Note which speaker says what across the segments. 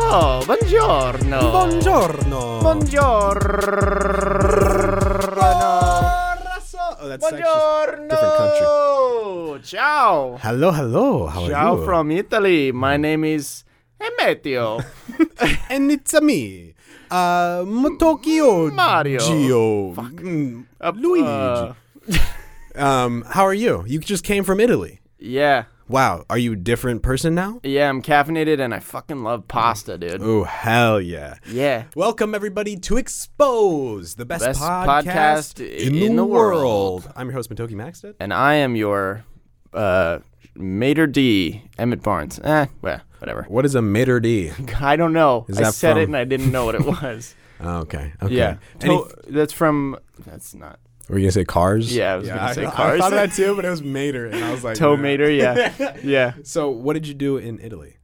Speaker 1: Oh, buongiorno.
Speaker 2: Buongiorno.
Speaker 1: Buongiorno.
Speaker 2: Oh, that's actually- different country.
Speaker 1: Buongiorno. Ciao.
Speaker 2: Hello, hello. How
Speaker 1: Ciao
Speaker 2: are you?
Speaker 1: from Italy. My name is Emetio.
Speaker 2: and it's a me, uh, Motokyo
Speaker 1: Mario.
Speaker 2: Gio. Mm,
Speaker 1: Up,
Speaker 2: Luigi.
Speaker 1: uh,
Speaker 2: Um, how are you? You just came from Italy.
Speaker 1: yeah.
Speaker 2: Wow. Are you a different person now?
Speaker 1: Yeah, I'm caffeinated and I fucking love pasta, dude.
Speaker 2: Oh hell yeah.
Speaker 1: Yeah.
Speaker 2: Welcome everybody to Expose, the best,
Speaker 1: Best
Speaker 2: podcast,
Speaker 1: podcast
Speaker 2: in,
Speaker 1: in
Speaker 2: the
Speaker 1: the
Speaker 2: world. I'm your host Matoki Maxted.
Speaker 1: And I am your uh Mater D, Emmett Barnes. Eh, well, whatever.
Speaker 2: What is a maitre d'?
Speaker 1: I don't know.
Speaker 2: Is
Speaker 1: I
Speaker 2: that
Speaker 1: said it
Speaker 2: from-
Speaker 1: and I didn't know what it was.
Speaker 2: Oh, okay. Okay.
Speaker 1: Yeah.
Speaker 2: Any-
Speaker 1: To- that's from that's not
Speaker 2: were you gonna say cars?
Speaker 1: Yeah, I was gonna say cars.
Speaker 2: I thought of that too, but it was Mater, and I was like,
Speaker 1: Toe
Speaker 2: nah.
Speaker 1: Mater, yeah. yeah.
Speaker 2: So, what did you do in Italy?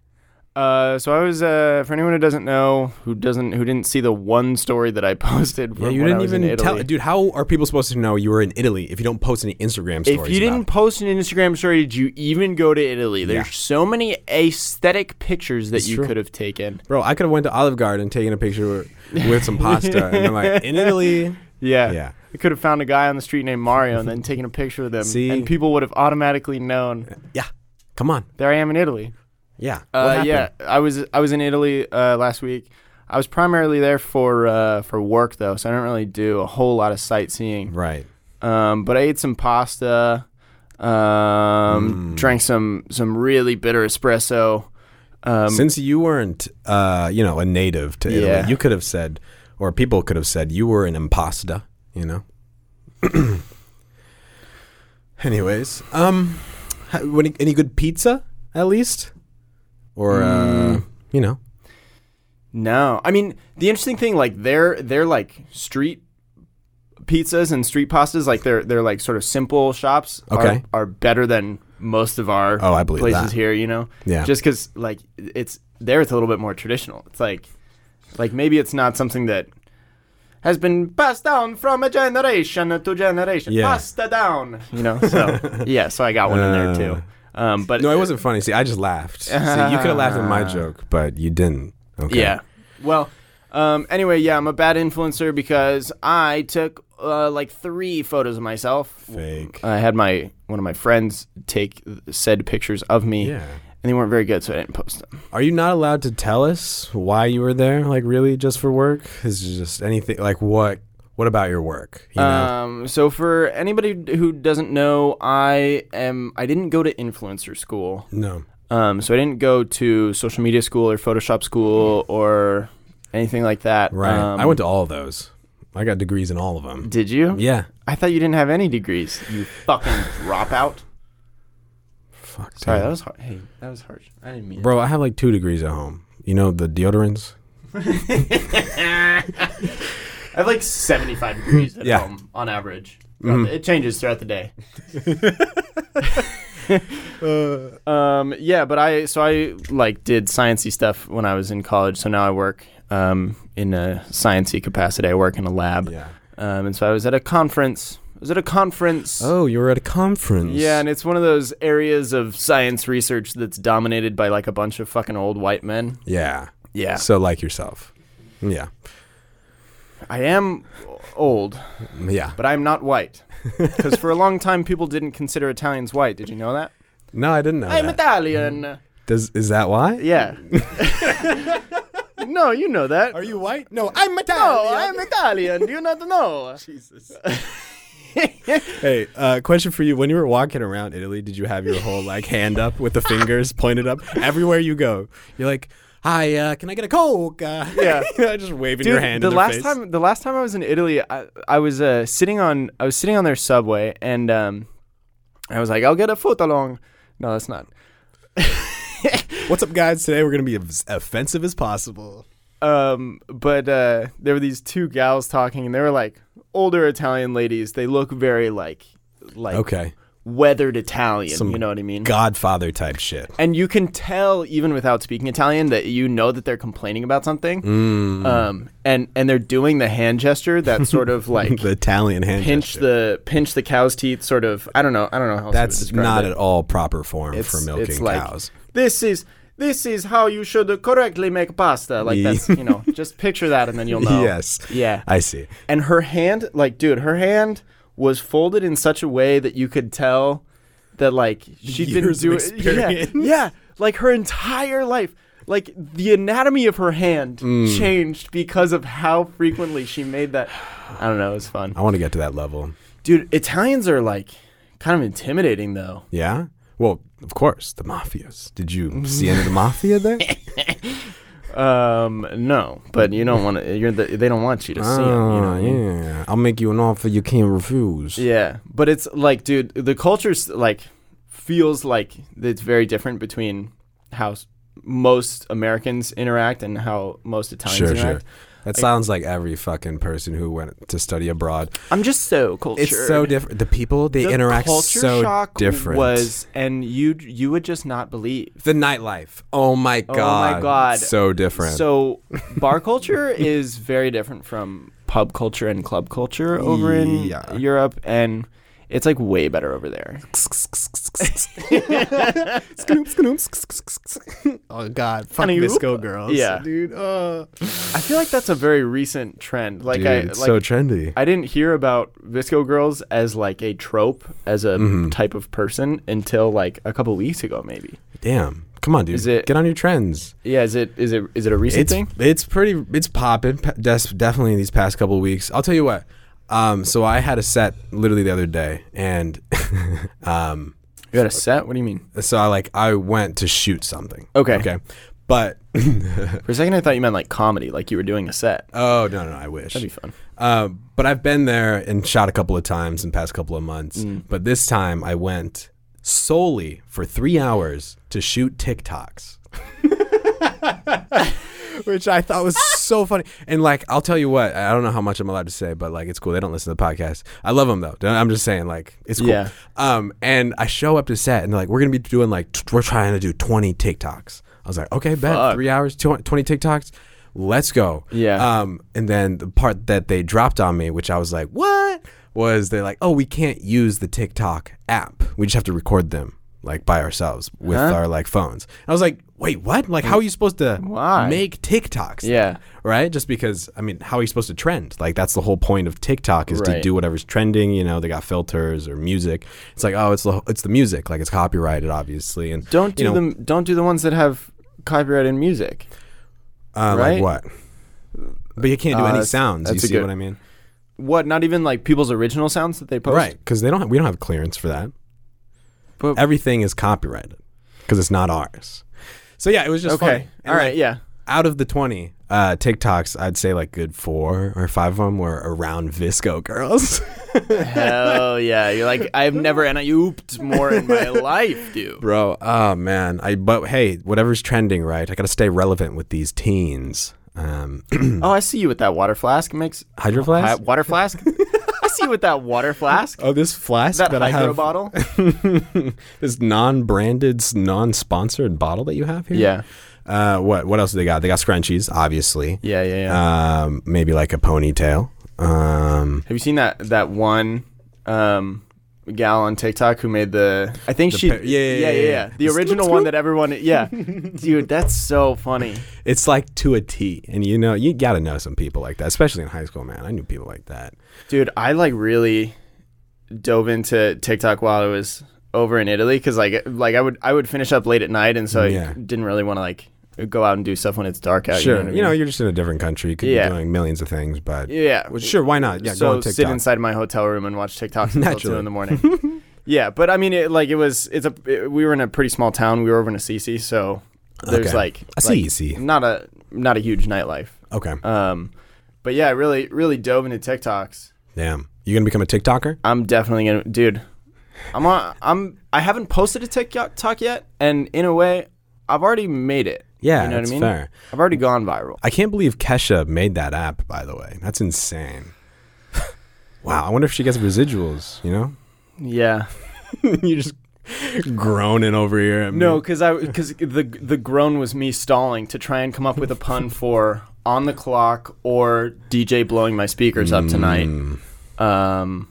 Speaker 1: Uh, so I was uh, for anyone who doesn't know, who doesn't who didn't see the one story that I posted from when I was in Italy.
Speaker 2: dude. How are people supposed to know you were in Italy if you don't post any Instagram stories?
Speaker 1: if you didn't post an Instagram story, did you even go to Italy? There's
Speaker 2: Yeah.
Speaker 1: so many aesthetic pictures that you
Speaker 2: true.
Speaker 1: could have taken.
Speaker 2: bro? I could have went to Olive Garden, taken a picture with some pasta, and then like in Italy.
Speaker 1: Yeah.
Speaker 2: Yeah.
Speaker 1: I could have found a guy on the street named Mario and then taken a picture with him.
Speaker 2: See?
Speaker 1: And people would have automatically known
Speaker 2: Yeah, come on.
Speaker 1: there I am in Italy.
Speaker 2: Yeah. What
Speaker 1: Uh,
Speaker 2: happened?
Speaker 1: yeah, I was I was in Italy uh, last week. I was primarily there for uh, for work though, so I didn't really do a whole lot of sightseeing.
Speaker 2: Right.
Speaker 1: Um, but I ate some pasta,
Speaker 2: Mm.
Speaker 1: um, drank some some really bitter espresso. Um,
Speaker 2: Since you weren't, uh, you know, a native to Italy,
Speaker 1: Yeah.
Speaker 2: you could have said, or people could have said, you were an impasta. You know. Anyways, um, ha- any, any good pizza at least, or uh,
Speaker 1: Mm.
Speaker 2: you know,
Speaker 1: no, I mean the interesting thing, like they're they're like street pizzas and street pastas, like they're they're like sort of simple shops. are-
Speaker 2: Okay.
Speaker 1: are, better than most of our
Speaker 2: Oh, I believe
Speaker 1: places
Speaker 2: that.
Speaker 1: here. You know,
Speaker 2: Yeah.
Speaker 1: just because like it's there it's a little bit more traditional it's like like maybe it's not something that has been passed down from a generation to generation
Speaker 2: Yeah.
Speaker 1: pasta down you know so yeah so i got one in there too
Speaker 2: Uh,
Speaker 1: um but
Speaker 2: No, it wasn't funny. See, I just laughed. See, you could have laughed at my joke, but you didn't. Okay.
Speaker 1: yeah well um anyway yeah i'm a bad influencer because i took uh, like three photos of myself
Speaker 2: Fake.
Speaker 1: i had my one of my friends take said pictures of me
Speaker 2: Yeah.
Speaker 1: and they weren't very good so i didn't post them
Speaker 2: Are you not allowed to tell us why you were there? Like, really, just for work? Is it just anything? Like, what? What about your work? You know?
Speaker 1: Um, so for anybody who doesn't know, I am I didn't go to influencer school.
Speaker 2: No.
Speaker 1: Um, so I didn't go to social media school or Photoshop school or anything like that.
Speaker 2: Right.
Speaker 1: Um,
Speaker 2: I went to all of those. I got degrees in all of them.
Speaker 1: Did you?
Speaker 2: Yeah.
Speaker 1: I thought you didn't have any degrees. You fucking dropout.
Speaker 2: Fuck.
Speaker 1: Sorry,
Speaker 2: dude.
Speaker 1: that was hard. Hey, that was harsh. I didn't mean.
Speaker 2: Bro, I have like two degrees at home. You know the deodorants.
Speaker 1: it. I have like seventy-five degrees at
Speaker 2: Yeah. Mm-hmm.
Speaker 1: home on average. throughout the- It changes throughout the day. Um, yeah, but I so I like did sciencey stuff when I was in college. So now I work um, in a sciencey capacity. I work in a lab.
Speaker 2: yeah.
Speaker 1: Um, and so I was at a conference. I was at a conference.
Speaker 2: Oh, you were at a conference.
Speaker 1: Yeah, and it's one of those areas of science research that's dominated by like a bunch of fucking old white men.
Speaker 2: Yeah.
Speaker 1: Yeah,
Speaker 2: So like yourself. Yeah.
Speaker 1: I am old,
Speaker 2: Yeah.
Speaker 1: but I'm not white. Because for a long time, people didn't consider Italians white. Did you know that?
Speaker 2: No, I didn't know.
Speaker 1: I'm
Speaker 2: that.
Speaker 1: Italian.
Speaker 2: Does is that why?
Speaker 1: Yeah. no, you know that.
Speaker 2: you white? No, I'm
Speaker 1: No, I'm Italian. Do you not know?
Speaker 2: Jesus. hey, uh, question for you. When you were walking around Italy, did you have your whole like hand up with the fingers pointed up everywhere you go? You're like, "Hi, uh, can I get a coke?" Uh,
Speaker 1: Yeah.
Speaker 2: you know, just waving your hand.
Speaker 1: the
Speaker 2: in their
Speaker 1: last
Speaker 2: face.
Speaker 1: time, the last time I was in Italy, I, I was uh, sitting on, I was sitting on their subway, and um, I was like, I'll get a foot along. No, that's not.
Speaker 2: What's up, guys? Today we're gonna be as offensive as possible.
Speaker 1: Um, but uh, there were these two gals talking, and they were like older Italian ladies. They look very like, like
Speaker 2: Okay,
Speaker 1: weathered Italian.
Speaker 2: Some
Speaker 1: you know what I mean?
Speaker 2: Godfather type shit.
Speaker 1: and you can tell even without speaking Italian that you know that they're complaining about something.
Speaker 2: Mm.
Speaker 1: Um, and and they're doing the hand gesture that sort of like
Speaker 2: The Italian hand.
Speaker 1: pinch
Speaker 2: gesture.
Speaker 1: the pinch the cow's teeth. Sort of. I don't know. I don't know how. else to
Speaker 2: That's
Speaker 1: describe
Speaker 2: not
Speaker 1: it.
Speaker 2: at all proper form
Speaker 1: It's-
Speaker 2: for milking
Speaker 1: it's like,
Speaker 2: cows.
Speaker 1: This is this is how you should correctly make pasta. Like that's you know, just picture that and then you'll know.
Speaker 2: Yes.
Speaker 1: Yeah.
Speaker 2: I see.
Speaker 1: And her hand, like, dude, her hand was folded in such a way that you could tell that like she'd
Speaker 2: Years of
Speaker 1: been doing yeah,
Speaker 2: experience.
Speaker 1: yeah, like her entire life. Like the anatomy of her hand
Speaker 2: Mm.
Speaker 1: changed because of how frequently she made that. I don't know, it was fun.
Speaker 2: I want to get to that level.
Speaker 1: Dude, Italians are like kind of intimidating though.
Speaker 2: Yeah. Well, of course, the mafias. Did you see any of the mafia there?
Speaker 1: Um, no, but you don't want to. You're the, they don't want you to see it. You know what I
Speaker 2: Ah,
Speaker 1: mean?
Speaker 2: yeah. I'll make you an offer you can't refuse.
Speaker 1: Yeah, but it's like, dude, the culture's like feels like it's very different between how s- most Americans interact and how most Italians
Speaker 2: Sure, sure.
Speaker 1: interact.
Speaker 2: That sounds like every fucking person who went to study abroad.
Speaker 1: I'm just so cultured.
Speaker 2: It's so different. The people they
Speaker 1: The
Speaker 2: interact
Speaker 1: culture
Speaker 2: so
Speaker 1: shock
Speaker 2: different.
Speaker 1: Was and you you would just not believe.
Speaker 2: the nightlife? Oh my
Speaker 1: Oh
Speaker 2: god!
Speaker 1: my God.
Speaker 2: So different.
Speaker 1: So bar culture is very different from pub culture and club culture over in
Speaker 2: Yeah.
Speaker 1: Europe, and it's like way better over there.
Speaker 2: oh god! Fuck
Speaker 1: Honey,
Speaker 2: disco girls.
Speaker 1: Yeah.
Speaker 2: dude. Uh.
Speaker 1: I feel like that's a very recent trend. Like
Speaker 2: dude,
Speaker 1: I like
Speaker 2: it's so trendy.
Speaker 1: I didn't hear about Visco girls as like a trope, as a type of person until like a couple weeks ago, maybe.
Speaker 2: Damn. Come on, dude.
Speaker 1: Is it-
Speaker 2: Get on your trends.
Speaker 1: Yeah, is it is it is it a recent
Speaker 2: It's
Speaker 1: thing?
Speaker 2: it's pretty. It's popping. pa- des- definitely in these past couple weeks. I'll tell you what. Um, so I had a set literally the other day, and um,
Speaker 1: You got a set? What do you mean?
Speaker 2: so I like I went to shoot something.
Speaker 1: Okay.
Speaker 2: Okay. But
Speaker 1: For a second, I thought you meant like comedy, like you were doing a set.
Speaker 2: oh no no I wish.
Speaker 1: That'd be fun.
Speaker 2: Uh, but I've been there and shot a couple of times in the past couple of months.
Speaker 1: Mm.
Speaker 2: But this time I went solely for three hours to shoot TikToks. Which I thought was so funny. And like, I'll tell you what, I don't know how much I'm allowed to say, but like, it's cool. They don't listen to the podcast. I love them though. I'm just saying, like, it's cool.
Speaker 1: Yeah.
Speaker 2: Um, and I show up to set and they're like, we're going to be doing like, t- we're trying to do 20 TikToks. I was like, okay, bet.
Speaker 1: Fuck.
Speaker 2: Three hours, tw- 20 TikToks. Let's go.
Speaker 1: Yeah.
Speaker 2: Um, and then the part that they dropped on me, which I was like, what? Was they're like, oh, we can't use the TikTok app. We just have to record them like by ourselves with our like phones. I was like, wait, what? Like, how are you supposed to
Speaker 1: Why?
Speaker 2: make TikToks? then?
Speaker 1: Yeah.
Speaker 2: Right? Just because, I mean, how are you supposed to trend? Like, that's the whole point of TikTok is to
Speaker 1: Right.
Speaker 2: do whatever's trending. You know, they got filters or music. It's like, oh, it's the, it's the music. Like, it's copyrighted, obviously. And
Speaker 1: Don't do
Speaker 2: you know,
Speaker 1: them. Don't do the ones that have copyright in music.
Speaker 2: uh,
Speaker 1: right?
Speaker 2: Like, what? But you can't do
Speaker 1: Uh,
Speaker 2: any
Speaker 1: that's-
Speaker 2: sounds. You
Speaker 1: that's a
Speaker 2: see
Speaker 1: good-
Speaker 2: what I mean?
Speaker 1: What? Not even like people's original sounds that they post.
Speaker 2: Right, because they don't. Have, we don't have clearance for that.
Speaker 1: But-
Speaker 2: Everything is copyrighted because it's not ours. So yeah, it was just
Speaker 1: Okay.
Speaker 2: funny. And,
Speaker 1: All right.
Speaker 2: like,
Speaker 1: yeah.
Speaker 2: Out of the twenty uh, TikToks, I'd say like good four or five of them were around Visco girls.
Speaker 1: Hell yeah. You're like I've never and I ooped more in my life, dude.
Speaker 2: Bro, oh man, I but hey, whatever's trending, right? I gotta stay relevant with these teens. Um,
Speaker 1: Oh, I see you with that water flask. It makes
Speaker 2: hydro flask.
Speaker 1: Hi- water flask. I see you with that water flask.
Speaker 2: oh, this flask
Speaker 1: that,
Speaker 2: that, I
Speaker 1: hydro
Speaker 2: have.
Speaker 1: bottle.
Speaker 2: this non-branded, s- non-sponsored bottle that you have here. Uh, what what else do they got? They got scrunchies, obviously.
Speaker 1: Yeah. Yeah. Yeah.
Speaker 2: Um, maybe like a ponytail. Um,
Speaker 1: Have you seen that that one um, gal on TikTok who made the? I think she.
Speaker 2: pa- yeah, yeah, yeah, yeah.
Speaker 1: The
Speaker 2: Snoop,
Speaker 1: original one that everyone. Yeah, dude, that's so funny.
Speaker 2: it's like to a T, and you know you gotta know some people like that, especially in high school, man. I knew people like that.
Speaker 1: Dude, I like really dove into TikTok while I was over in Italy because like like I would I would finish up late at night and so
Speaker 2: Yeah.
Speaker 1: I didn't really want to like go out and do stuff when it's dark out.
Speaker 2: Sure,
Speaker 1: You know what I
Speaker 2: you know
Speaker 1: mean?
Speaker 2: you're just in a different country, you could
Speaker 1: Yeah.
Speaker 2: be doing millions of things, but
Speaker 1: Yeah.
Speaker 2: Well, sure, why not? Yeah, go
Speaker 1: so
Speaker 2: on
Speaker 1: sit
Speaker 2: TikTok.
Speaker 1: inside my hotel room and watch TikToks until two
Speaker 2: Naturally.
Speaker 1: in the morning. yeah, but I mean, it, like it was. It's a. it- we were in a pretty small town. We were over in Assisi, so there's
Speaker 2: Okay.
Speaker 1: like
Speaker 2: I see,
Speaker 1: like,
Speaker 2: you see.
Speaker 1: not a not a huge nightlife.
Speaker 2: Okay,
Speaker 1: Um, but yeah, I really really dove into TikToks.
Speaker 2: damn, you gonna become a TikToker?
Speaker 1: I'm definitely gonna, dude. I'm on. I'm. I haven't posted a TikTok yet, and in a way, I've already made it.
Speaker 2: Yeah,
Speaker 1: you know what
Speaker 2: that's
Speaker 1: I mean.
Speaker 2: fair.
Speaker 1: I've already gone viral.
Speaker 2: I can't believe Kesha made that app. By the way, that's insane. wow, I wonder if she gets residuals. You know,
Speaker 1: Yeah.
Speaker 2: you just groaning over here. at me.
Speaker 1: No, because I because the the groan was me stalling to try and come up with a pun for on the clock or DJ blowing my speakers up tonight.
Speaker 2: Mm.
Speaker 1: Um,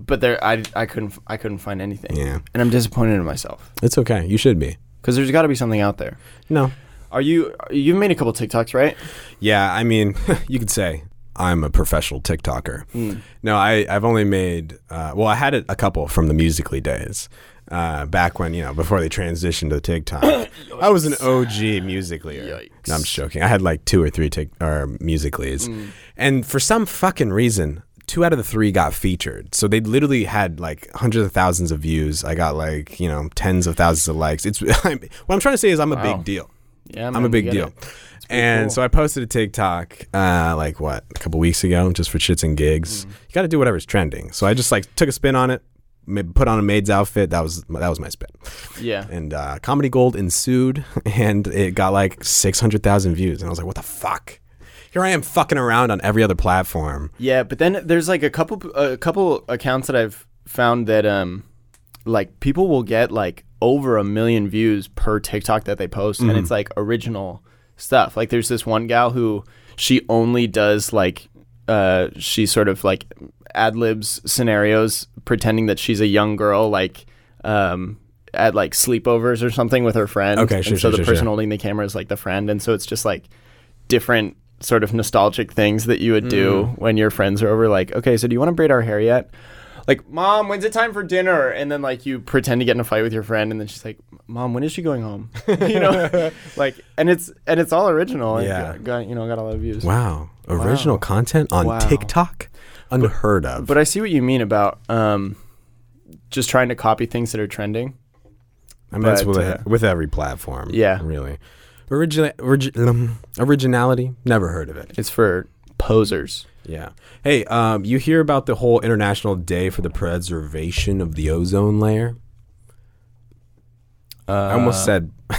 Speaker 1: but there I I couldn't I couldn't find anything.
Speaker 2: Yeah.
Speaker 1: and I'm disappointed in myself
Speaker 2: it's okay. You should be.
Speaker 1: Because there's got to be something out there.
Speaker 2: No.
Speaker 1: Are you? You've made a couple TikToks, right?
Speaker 2: Yeah, I mean, you could say I'm a professional TikToker. No, I, I've only made, uh, well, I had a, a couple from the Musically days. Uh, back when you know, before they transitioned to TikTok, I was an OG musically. No, I'm just joking. I had like two or three tic- or musicallys, and for some fucking reason, two out of the three got featured. So they literally had like hundreds of thousands of views. I got like you know tens of thousands of likes. It's I'm, what I'm trying to say is I'm a
Speaker 1: Wow.
Speaker 2: big deal.
Speaker 1: Yeah,
Speaker 2: I'm a
Speaker 1: man,
Speaker 2: big
Speaker 1: we get
Speaker 2: deal.
Speaker 1: it. pretty
Speaker 2: And
Speaker 1: cool.
Speaker 2: so I posted a TikTok, uh, like what, a couple weeks ago, just for shits and gigs.
Speaker 1: Mm.
Speaker 2: You got to do whatever's trending. So I just like took a spin on it, ma- put on a maid's outfit. That was that was my spin.
Speaker 1: Yeah.
Speaker 2: And uh, comedy gold ensued, and it got like six hundred thousand views. And I was like, what the fuck? Here I am fucking around on every other platform.
Speaker 1: Yeah, but then there's like a couple a couple accounts that I've found that um like people will get like over a million views per TikTok that they post and
Speaker 2: Mm-hmm.
Speaker 1: it's like original stuff. Like there's this one gal who she only does like uh she sort of like ad libs scenarios pretending that she's a young girl like um at like sleepovers or something with her friend.
Speaker 2: Okay,
Speaker 1: and
Speaker 2: sure,
Speaker 1: so
Speaker 2: sure,
Speaker 1: the
Speaker 2: sure,
Speaker 1: person
Speaker 2: sure.
Speaker 1: holding the camera is like the friend and so it's just like different sort of nostalgic things that you would do
Speaker 2: Mm.
Speaker 1: when your friends are over like okay so do you want to braid our hair yet like mom when's it time for dinner and then like you pretend to get in a fight with your friend and then she's like mom when is she going home you know like and it's and it's all original
Speaker 2: Yeah.
Speaker 1: and got you know got a lot of views
Speaker 2: Wow, original content on
Speaker 1: Wow.
Speaker 2: TikTok, unheard of.
Speaker 1: but i see what you mean about um just trying to copy things that are trending
Speaker 2: I mean, that's
Speaker 1: But,
Speaker 2: with,
Speaker 1: uh,
Speaker 2: with every platform.
Speaker 1: Yeah.
Speaker 2: Really. Origina- origi- um, originality, never heard of it.
Speaker 1: it's for posers
Speaker 2: Yeah. Hey, um, you hear about the whole International Day for the Preservation of the Ozone Layer? I
Speaker 1: Uh,
Speaker 2: almost said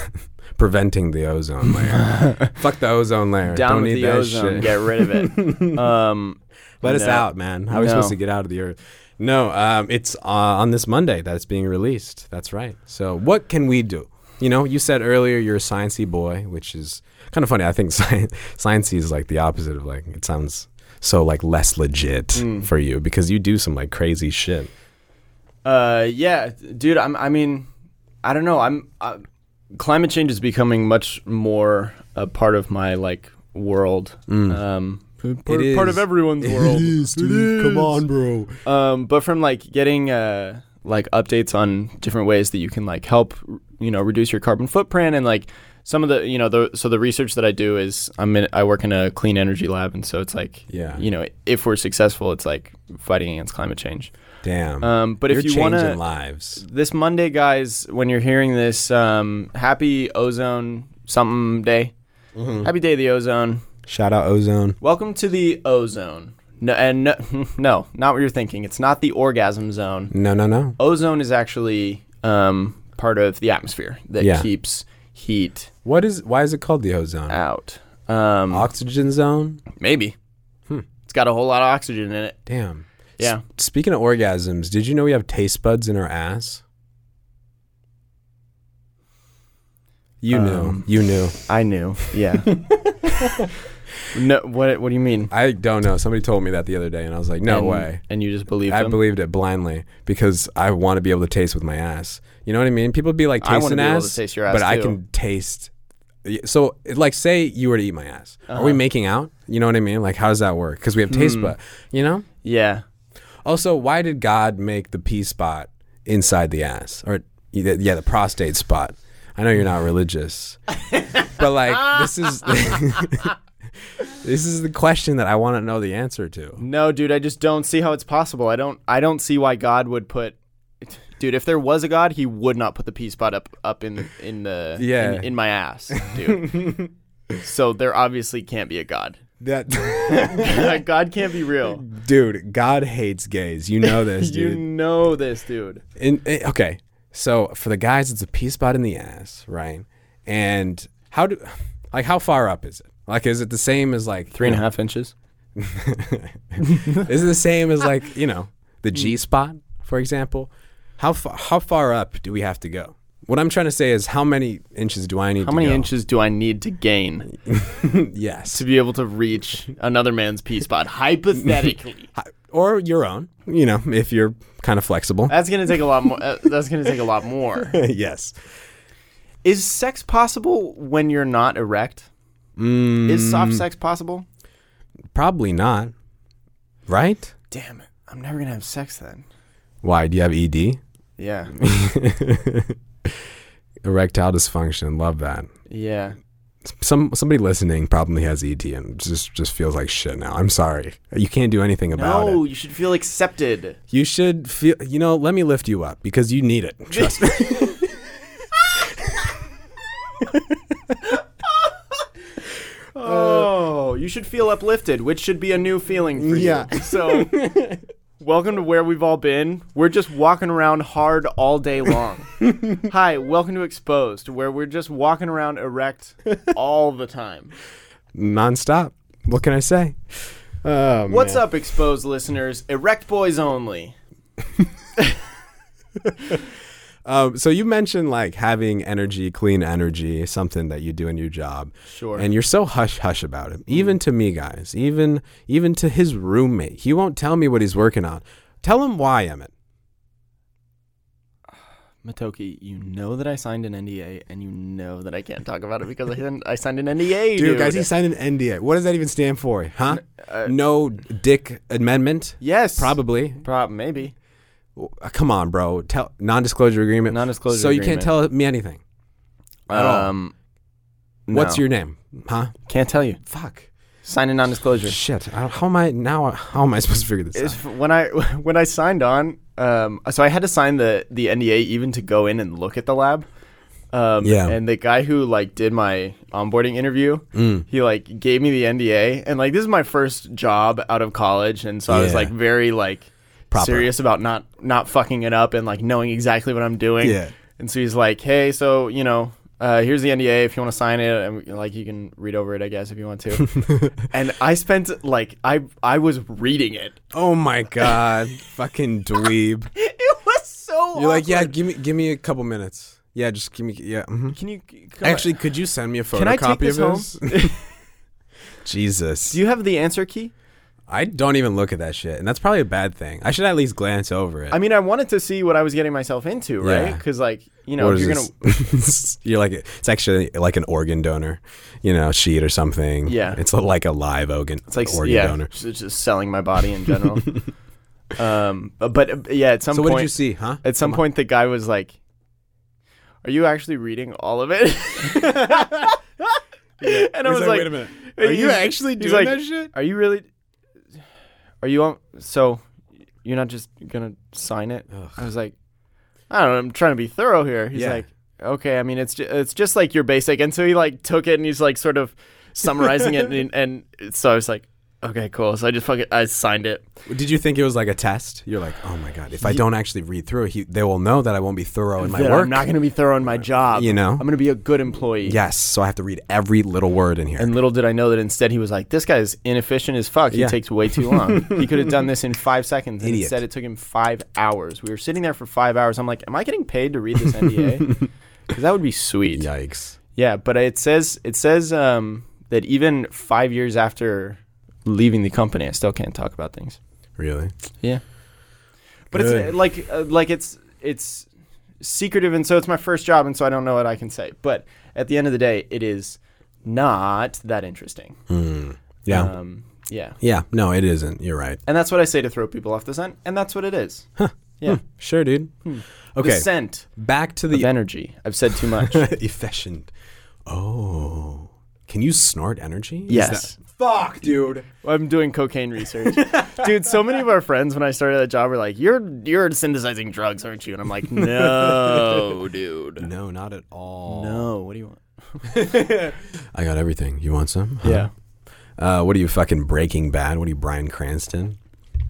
Speaker 2: preventing the ozone layer. Fuck the ozone layer.
Speaker 1: down
Speaker 2: Don't
Speaker 1: with
Speaker 2: need
Speaker 1: the
Speaker 2: that
Speaker 1: ozone
Speaker 2: shit.
Speaker 1: get rid of it um
Speaker 2: Let us
Speaker 1: No.
Speaker 2: out, man. How are we
Speaker 1: No.
Speaker 2: supposed to get out of the earth? No, um, it's uh, on this Monday that it's being released. That's right. So, what can we do? You know, you said earlier you're a sciencey boy, which is kind of funny. I think sci- sciencey is like the opposite of like it sounds so like less legit
Speaker 1: Mm.
Speaker 2: for you because you do some like crazy shit.
Speaker 1: Uh, yeah, dude. I'm. I mean, I don't know. I'm. Uh, climate change is becoming much more a part of my like world. Um, part,
Speaker 2: Mm. It
Speaker 1: part
Speaker 2: is.
Speaker 1: of everyone's world. It is.
Speaker 2: bro.
Speaker 1: Um, but from like getting uh like updates on different ways that you can like help you know reduce your carbon footprint and like some of the you know the so the research that I do is I'm in I work in a clean energy lab and so it's like
Speaker 2: Yeah.
Speaker 1: you know if we're successful it's like fighting against climate change.
Speaker 2: Damn.
Speaker 1: Um, but
Speaker 2: you're
Speaker 1: if you
Speaker 2: changing
Speaker 1: want to
Speaker 2: lives.
Speaker 1: this Monday, guys, when you're hearing this, um, happy ozone something day.
Speaker 2: Mm-hmm.
Speaker 1: Happy day of the ozone.
Speaker 2: Shout out ozone.
Speaker 1: Welcome to the ozone. No, and no, no, not what you're thinking. It's not the orgasm zone.
Speaker 2: No, no, no.
Speaker 1: Ozone is actually um, part of the atmosphere that
Speaker 2: Yeah.
Speaker 1: keeps heat
Speaker 2: What is? Why is it called the ozone?
Speaker 1: out. Um,
Speaker 2: Oxygen zone.
Speaker 1: maybe.
Speaker 2: Hmm.
Speaker 1: It's got a whole lot of oxygen in it.
Speaker 2: Damn.
Speaker 1: Yeah.
Speaker 2: S- speaking of orgasms, did you know we have taste buds in our ass? You
Speaker 1: Um.
Speaker 2: knew. You knew.
Speaker 1: I knew. Yeah. no. What? What do you mean?
Speaker 2: I don't know. Somebody told me that the other day, and I was like, no
Speaker 1: And-
Speaker 2: way.
Speaker 1: And you just believe
Speaker 2: I
Speaker 1: them.
Speaker 2: believed it blindly because I want to be able to taste with my ass. You know what I mean? People be like,
Speaker 1: I
Speaker 2: taste
Speaker 1: wanna
Speaker 2: an
Speaker 1: be
Speaker 2: ass,
Speaker 1: able to taste your ass,
Speaker 2: but I
Speaker 1: too.
Speaker 2: can taste. y- So, it- like, say you were to eat my ass. Are
Speaker 1: Uh-huh.
Speaker 2: we making out? You know what I mean? Like, how does that work? Because we have
Speaker 1: Hmm.
Speaker 2: taste bud. You know.
Speaker 1: yeah.
Speaker 2: Also, why did God make the pee spot inside the ass? Or, yeah, the prostate spot. I know you're not religious, but like, this is. This is the question that I want to know the answer to.
Speaker 1: No, dude, I just don't see how it's possible. I don't I don't see why God would put Dude, if there was a God, he would not put the pee spot up up in in the
Speaker 2: Yeah.
Speaker 1: in, in my ass, dude. so there obviously can't be a God.
Speaker 2: That
Speaker 1: God can't be real.
Speaker 2: dude, God hates gays. You know this,
Speaker 1: You
Speaker 2: dude.
Speaker 1: know this, dude.
Speaker 2: In, eh, okay, so for the guys, it's a pee spot in the ass, right? And how do, like, how far up is it? Like, is it the same as like
Speaker 1: Three and a half inches.
Speaker 2: is it the same as like you know the G
Speaker 1: Mm.
Speaker 2: spot, for example? How far how far up do we have to go? What I'm trying to say is how many inches do I need?
Speaker 1: How many inches do I need to gain
Speaker 2: Yes,
Speaker 1: to be able to reach another man's pee spot? Hypothetically.
Speaker 2: Hi- or your own. You know, if
Speaker 1: Uh,
Speaker 2: you're kind of flexible.
Speaker 1: That's gonna take a lot more. Uh, that's gonna take a lot more.
Speaker 2: yes.
Speaker 1: Is sex possible when you're not erect? Is soft sex possible?
Speaker 2: Mm, Probably not. Right?
Speaker 1: Damn it. I'm never going to have sex then.
Speaker 2: Why? Do you have E ED?
Speaker 1: Yeah.
Speaker 2: Erectile dysfunction. Love that.
Speaker 1: Yeah.
Speaker 2: Some somebody listening probably has ED and just just feels like shit now. I'm sorry. You can't do anything about
Speaker 1: No,
Speaker 2: it.
Speaker 1: you should feel accepted.
Speaker 2: You should feel. You know, let me lift you up because you need it. Trust me.
Speaker 1: Oh, you should feel uplifted, which should be a new feeling for you.
Speaker 2: Yeah.
Speaker 1: So, welcome to where we've all been. We're just walking around hard all day long. Hi, welcome to Exposed, where we're just walking around erect all the time.
Speaker 2: Nonstop. What can I say? Oh,
Speaker 1: What's up, Exposed listeners? Erect boys only.
Speaker 2: Um, so you mentioned like having energy, clean energy, something that you do in your job.
Speaker 1: Sure.
Speaker 2: And you're so hush hush about it. Even to me, guys. Even even to his roommate. He won't tell me what he's working on. Tell him why, Emmett.
Speaker 1: Matoki, you know that I signed an NDA, and you know that I can't talk about it because I, didn't, I signed an NDA, dude. uh,
Speaker 2: Dude, guys, he signed an NDA. What does that even stand for? Huh? no dick amendment.
Speaker 1: yes,
Speaker 2: Probably.
Speaker 1: Prob- maybe.
Speaker 2: Uh, Come on, bro. Tell non-disclosure agreement.
Speaker 1: Non-disclosure
Speaker 2: So you
Speaker 1: agreement.
Speaker 2: can't tell me anything. At all.
Speaker 1: um,
Speaker 2: What's
Speaker 1: no.
Speaker 2: your name? Huh?
Speaker 1: Can't tell you.
Speaker 2: Fuck.
Speaker 1: Sign a non-disclosure.
Speaker 2: Shit. I- How am I now? How am I supposed to figure this out?
Speaker 1: It's f- when I when I signed on, um, so I had to sign the the NDA even to go in and look at the lab. Um,
Speaker 2: Yeah.
Speaker 1: And the guy who like did my onboarding interview,
Speaker 2: Mm.
Speaker 1: he like gave me the NDA, and like this is my first job out of college, and so I was
Speaker 2: Yeah.
Speaker 1: like very like
Speaker 2: Proper.
Speaker 1: serious about not not fucking it up and like knowing exactly what I'm doing.
Speaker 2: Yeah.
Speaker 1: And so he's like, hey, so you know. Uh, here's the NDA. If you want to sign it, and like you can read over it, I guess, if you want to. and I spent like I I was reading it,
Speaker 2: Oh my god, fucking dweeb!
Speaker 1: it was so.
Speaker 2: You're like, yeah,
Speaker 1: awkward.
Speaker 2: give me, give me a couple minutes. Yeah, just give me, yeah. mhm.
Speaker 1: Can you c- come
Speaker 2: Actually, could you send me a photocopy
Speaker 1: Can I take this
Speaker 2: of
Speaker 1: home?
Speaker 2: this? Jesus,
Speaker 1: Do you have the answer key?
Speaker 2: I don't even look at that shit, and that's probably a bad thing. I should at least glance over it.
Speaker 1: I mean, I wanted to see what I was getting myself into, right?
Speaker 2: Yeah.
Speaker 1: Because, like, you know, if you're gonna.
Speaker 2: this? you're like, it's actually like an organ donor, you know, sheet or something.
Speaker 1: Yeah.
Speaker 2: it's like a live organ,
Speaker 1: It's like,
Speaker 2: organ
Speaker 1: yeah,
Speaker 2: donor.
Speaker 1: it's just selling my body in general. um, but, but, uh, yeah, at some
Speaker 2: So what
Speaker 1: point,
Speaker 2: did you see, huh?
Speaker 1: at some point, the guy was like, "Are you actually reading all of it?" And I was like,
Speaker 2: wait a minute,
Speaker 1: Are
Speaker 2: are
Speaker 1: you
Speaker 2: you
Speaker 1: he's-
Speaker 2: actually
Speaker 1: actually he's doing like-
Speaker 2: doing that
Speaker 1: that
Speaker 2: shit?
Speaker 1: "Are you really? Are you on? So you're not just gonna sign it?"
Speaker 2: Ugh.
Speaker 1: I was like, I don't know. I'm trying to be thorough here. He's
Speaker 2: Yeah.
Speaker 1: like, okay. I mean, it's ju- it's just like your basic. And so he like took it and he's like sort of summarizing it. And, and so I was like, okay, cool. So I just fucking I signed it.
Speaker 2: Did you think it was like a test? You're like, oh my god, if I don't actually read through it, he, they will know that I won't be thorough in my
Speaker 1: That
Speaker 2: work.
Speaker 1: I'm not gonna be thorough in my job.
Speaker 2: You know?
Speaker 1: I'm gonna be a good employee.
Speaker 2: yes, so I have to read every little word in here.
Speaker 1: And little did I know that instead he was like, this guy is inefficient as fuck. He
Speaker 2: Yeah.
Speaker 1: takes way too long. he could have done this in five seconds. And
Speaker 2: Idiot.
Speaker 1: instead it took him five hours. We were sitting there for five hours. I'm like, am I getting paid to read this NDA? Because that would be sweet.
Speaker 2: Yikes!
Speaker 1: Yeah, but it says it says um, that even five years after leaving the company, I still can't talk about things.
Speaker 2: Really?
Speaker 1: Yeah, but
Speaker 2: Good.
Speaker 1: it's uh, like uh, like it's it's secretive, and so it's my first job, and so I don't know what I can say. But at the end of the day, it is not that interesting.
Speaker 2: Yeah.
Speaker 1: Um, yeah,
Speaker 2: yeah. No, it isn't. You're right.
Speaker 1: and that's what I say to throw people off the scent, and that's what it is. Yeah,
Speaker 2: Sure, dude.
Speaker 1: Hmm. the
Speaker 2: Okay.
Speaker 1: scent
Speaker 2: Back to
Speaker 1: of
Speaker 2: the
Speaker 1: energy. I've said too much.
Speaker 2: efficient. Oh, can you snort energy? Is
Speaker 1: Yes.
Speaker 2: that- Fuck, dude.
Speaker 1: I'm doing cocaine research, dude. So many of our friends when I started that job were like, "You're you're synthesizing drugs, aren't you?" And I'm like, "No, dude.
Speaker 2: No, not at all.
Speaker 1: No. What do you want?"
Speaker 2: I got everything. You want some? Huh?
Speaker 1: Yeah.
Speaker 2: Uh, what are you fucking Breaking Bad? What are you Brian Cranston?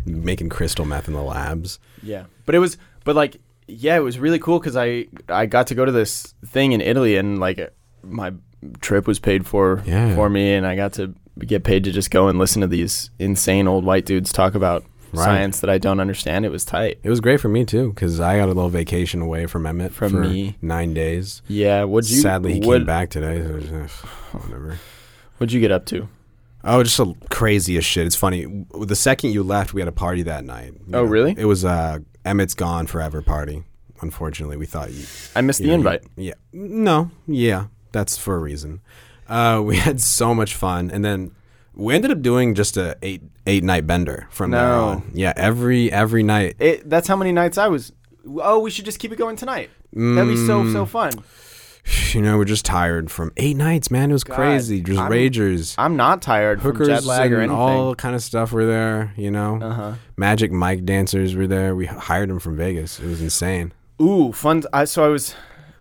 Speaker 2: Making crystal meth in the labs.
Speaker 1: Yeah. But it was, but like, yeah, it was really cool because I I got to go to this thing in Italy and like my trip was paid for
Speaker 2: Yeah.
Speaker 1: for me, and I got to get paid to just go and listen to these insane old white dudes talk about
Speaker 2: Right.
Speaker 1: science that I don't understand. It was tight.
Speaker 2: It was great for me too, because I got a little vacation away from Emmett
Speaker 1: From
Speaker 2: for
Speaker 1: me.
Speaker 2: nine days.
Speaker 1: Yeah. What'd you?
Speaker 2: Sadly, he
Speaker 1: what,
Speaker 2: came back today. So it's, uh, whatever.
Speaker 1: What'd you get up to?
Speaker 2: Oh, just the craziest shit. It's funny. W- The second you left, we had a party that night.
Speaker 1: Oh, really?
Speaker 2: It was uh, Emmett's Gone Forever party. Unfortunately, we thought you.
Speaker 1: I missed
Speaker 2: you
Speaker 1: the
Speaker 2: know,
Speaker 1: invite.
Speaker 2: Yeah. No. Yeah. That's for a reason. Uh, we had so much fun, and then we ended up doing just a eight eight night bender from there
Speaker 1: No.
Speaker 2: on. Yeah. Every every night.
Speaker 1: It, that's how many nights I was. Oh, we should just keep it going tonight. That'd be so
Speaker 2: Mm.
Speaker 1: so fun.
Speaker 2: You know, we're just tired from eight nights, man. It was crazy. Just
Speaker 1: I'm-
Speaker 2: ragers.
Speaker 1: I'm not tired from
Speaker 2: hookers
Speaker 1: jet lag
Speaker 2: and
Speaker 1: or anything.
Speaker 2: all kind of stuff were there. You know,
Speaker 1: Uh-huh.
Speaker 2: magic mic dancers were there. We h- hired them from Vegas. It was insane.
Speaker 1: Ooh, fun! I, so I was.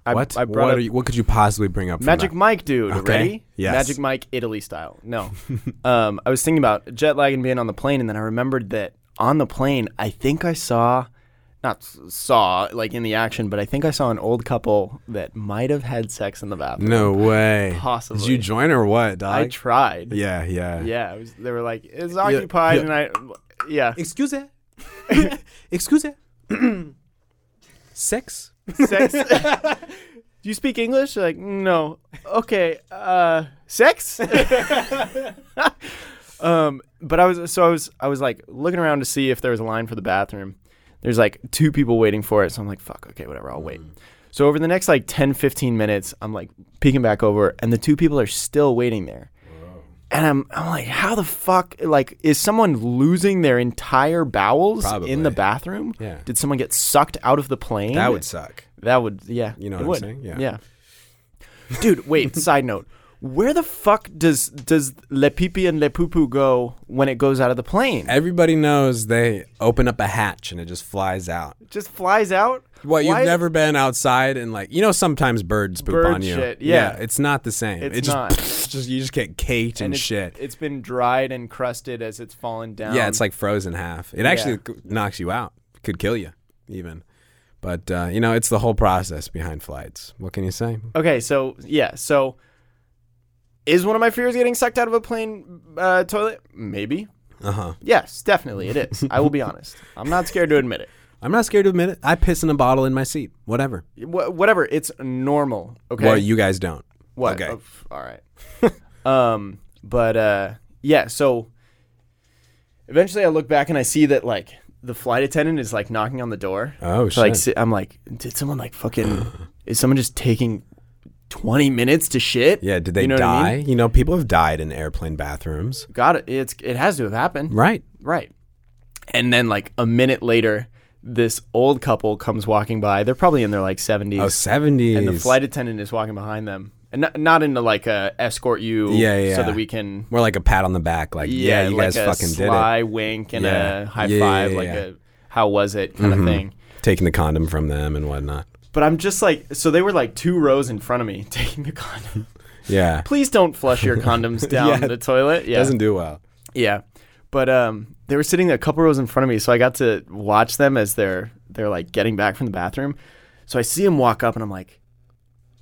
Speaker 1: I,
Speaker 2: what?
Speaker 1: I brought
Speaker 2: what,
Speaker 1: up
Speaker 2: are you- what could you possibly bring up? from
Speaker 1: Magic
Speaker 2: that?
Speaker 1: Mike, dude.
Speaker 2: Okay.
Speaker 1: Ready?
Speaker 2: Yes.
Speaker 1: Magic Mike, Italy style. No. um, I was thinking about jet lag and being on the plane, and then I remembered that on the plane, I think I saw, not s- saw like in the action, but I think I saw an old couple that might have had sex in the bathroom.
Speaker 2: No way.
Speaker 1: Possibly.
Speaker 2: Did you join or what, dog?
Speaker 1: I tried. Yeah.
Speaker 2: yeah, yeah.
Speaker 1: it was, they were like, it's occupied,
Speaker 2: yeah.
Speaker 1: and I, yeah.
Speaker 2: Excuse it. Excuse it. Sex?
Speaker 1: sex. Do you speak English? Like, no. Okay. Uh, sex. um, but I was so I was I was like looking around to see if there was a line for the bathroom. There's like two people waiting for it, so I'm like, fuck. Okay, whatever. I'll
Speaker 2: Mm.
Speaker 1: wait. So over the next like 10, 15 minutes, I'm like peeking back over, and the two people are still waiting there. And I'm, I'm like, how the fuck? Like, is someone losing their entire bowels in
Speaker 2: Probably.
Speaker 1: the bathroom?
Speaker 2: Yeah.
Speaker 1: Did someone get sucked out of the plane?
Speaker 2: That would suck.
Speaker 1: That would, yeah.
Speaker 2: You know
Speaker 1: it
Speaker 2: what I'm
Speaker 1: would.
Speaker 2: saying? Yeah.
Speaker 1: Dude, wait. side note: Where the fuck does does le pipi and le poo poo go when it goes out of the plane?
Speaker 2: Everybody knows they open up a hatch and it just flies out.
Speaker 1: It just flies out.
Speaker 2: Well, you've
Speaker 1: Why-
Speaker 2: never been outside and like you know sometimes birds poop
Speaker 1: Bird
Speaker 2: on you.
Speaker 1: shit, yeah.
Speaker 2: it's not the same.
Speaker 1: It's
Speaker 2: it just,
Speaker 1: not.
Speaker 2: just you just get caked and,
Speaker 1: it's-
Speaker 2: shit.
Speaker 1: It's been dried and crusted as it's fallen down.
Speaker 2: yeah, it's like frozen half. It actually c knocks you out. Could kill you even. But uh, you know, it's the whole process behind flights. What can you say?
Speaker 1: okay. So yeah. So is one of my fears getting sucked out of a plane uh, toilet? Maybe.
Speaker 2: Uh-huh.
Speaker 1: Yes, definitely it is. I will be honest. I'm not scared to admit it.
Speaker 2: I'm not scared to admit it. I piss in a bottle in my seat. Whatever.
Speaker 1: Wh- whatever. It's normal. Okay.
Speaker 2: Well, you guys don't.
Speaker 1: What?
Speaker 2: Okay.
Speaker 1: Oh, pff, all right. um, but uh, yeah. So eventually, I look back and I see that like the flight attendant is like knocking on the door.
Speaker 2: Oh
Speaker 1: So, like si- I'm like, did someone like fucking? is someone just taking twenty minutes to shit?
Speaker 2: yeah, did they
Speaker 1: You know what
Speaker 2: die?
Speaker 1: I mean?
Speaker 2: You know, people have died in airplane bathrooms.
Speaker 1: Got it. It's it has to have happened.
Speaker 2: Right.
Speaker 1: Right. And then like a minute later, this old couple comes walking by. They're probably in their like seventies.
Speaker 2: Oh, 70s.
Speaker 1: and the flight attendant is walking behind them, and not, not into like a escort you,
Speaker 2: Yeah, yeah,
Speaker 1: so
Speaker 2: yeah.
Speaker 1: that we can
Speaker 2: More like a pat on the back, like, yeah, you
Speaker 1: like
Speaker 2: guys
Speaker 1: a
Speaker 2: fucking
Speaker 1: sly wink and
Speaker 2: Yeah.
Speaker 1: a high
Speaker 2: Yeah, yeah,
Speaker 1: five,
Speaker 2: yeah,
Speaker 1: like
Speaker 2: yeah. Mm-hmm.
Speaker 1: a how was it kind of thing.
Speaker 2: did it. Taking the condom from them and whatnot.
Speaker 1: But I'm just like, so they were like two rows in front of me taking the condom.
Speaker 2: Yeah.
Speaker 1: Please don't flush your condoms down
Speaker 2: Yeah.
Speaker 1: the toilet. Yeah,
Speaker 2: Doesn't do well.
Speaker 1: yeah. But um, they were sitting a couple rows in front of me, so I got to watch them as they're they're like getting back from the bathroom. So I see him walk up, and I'm like,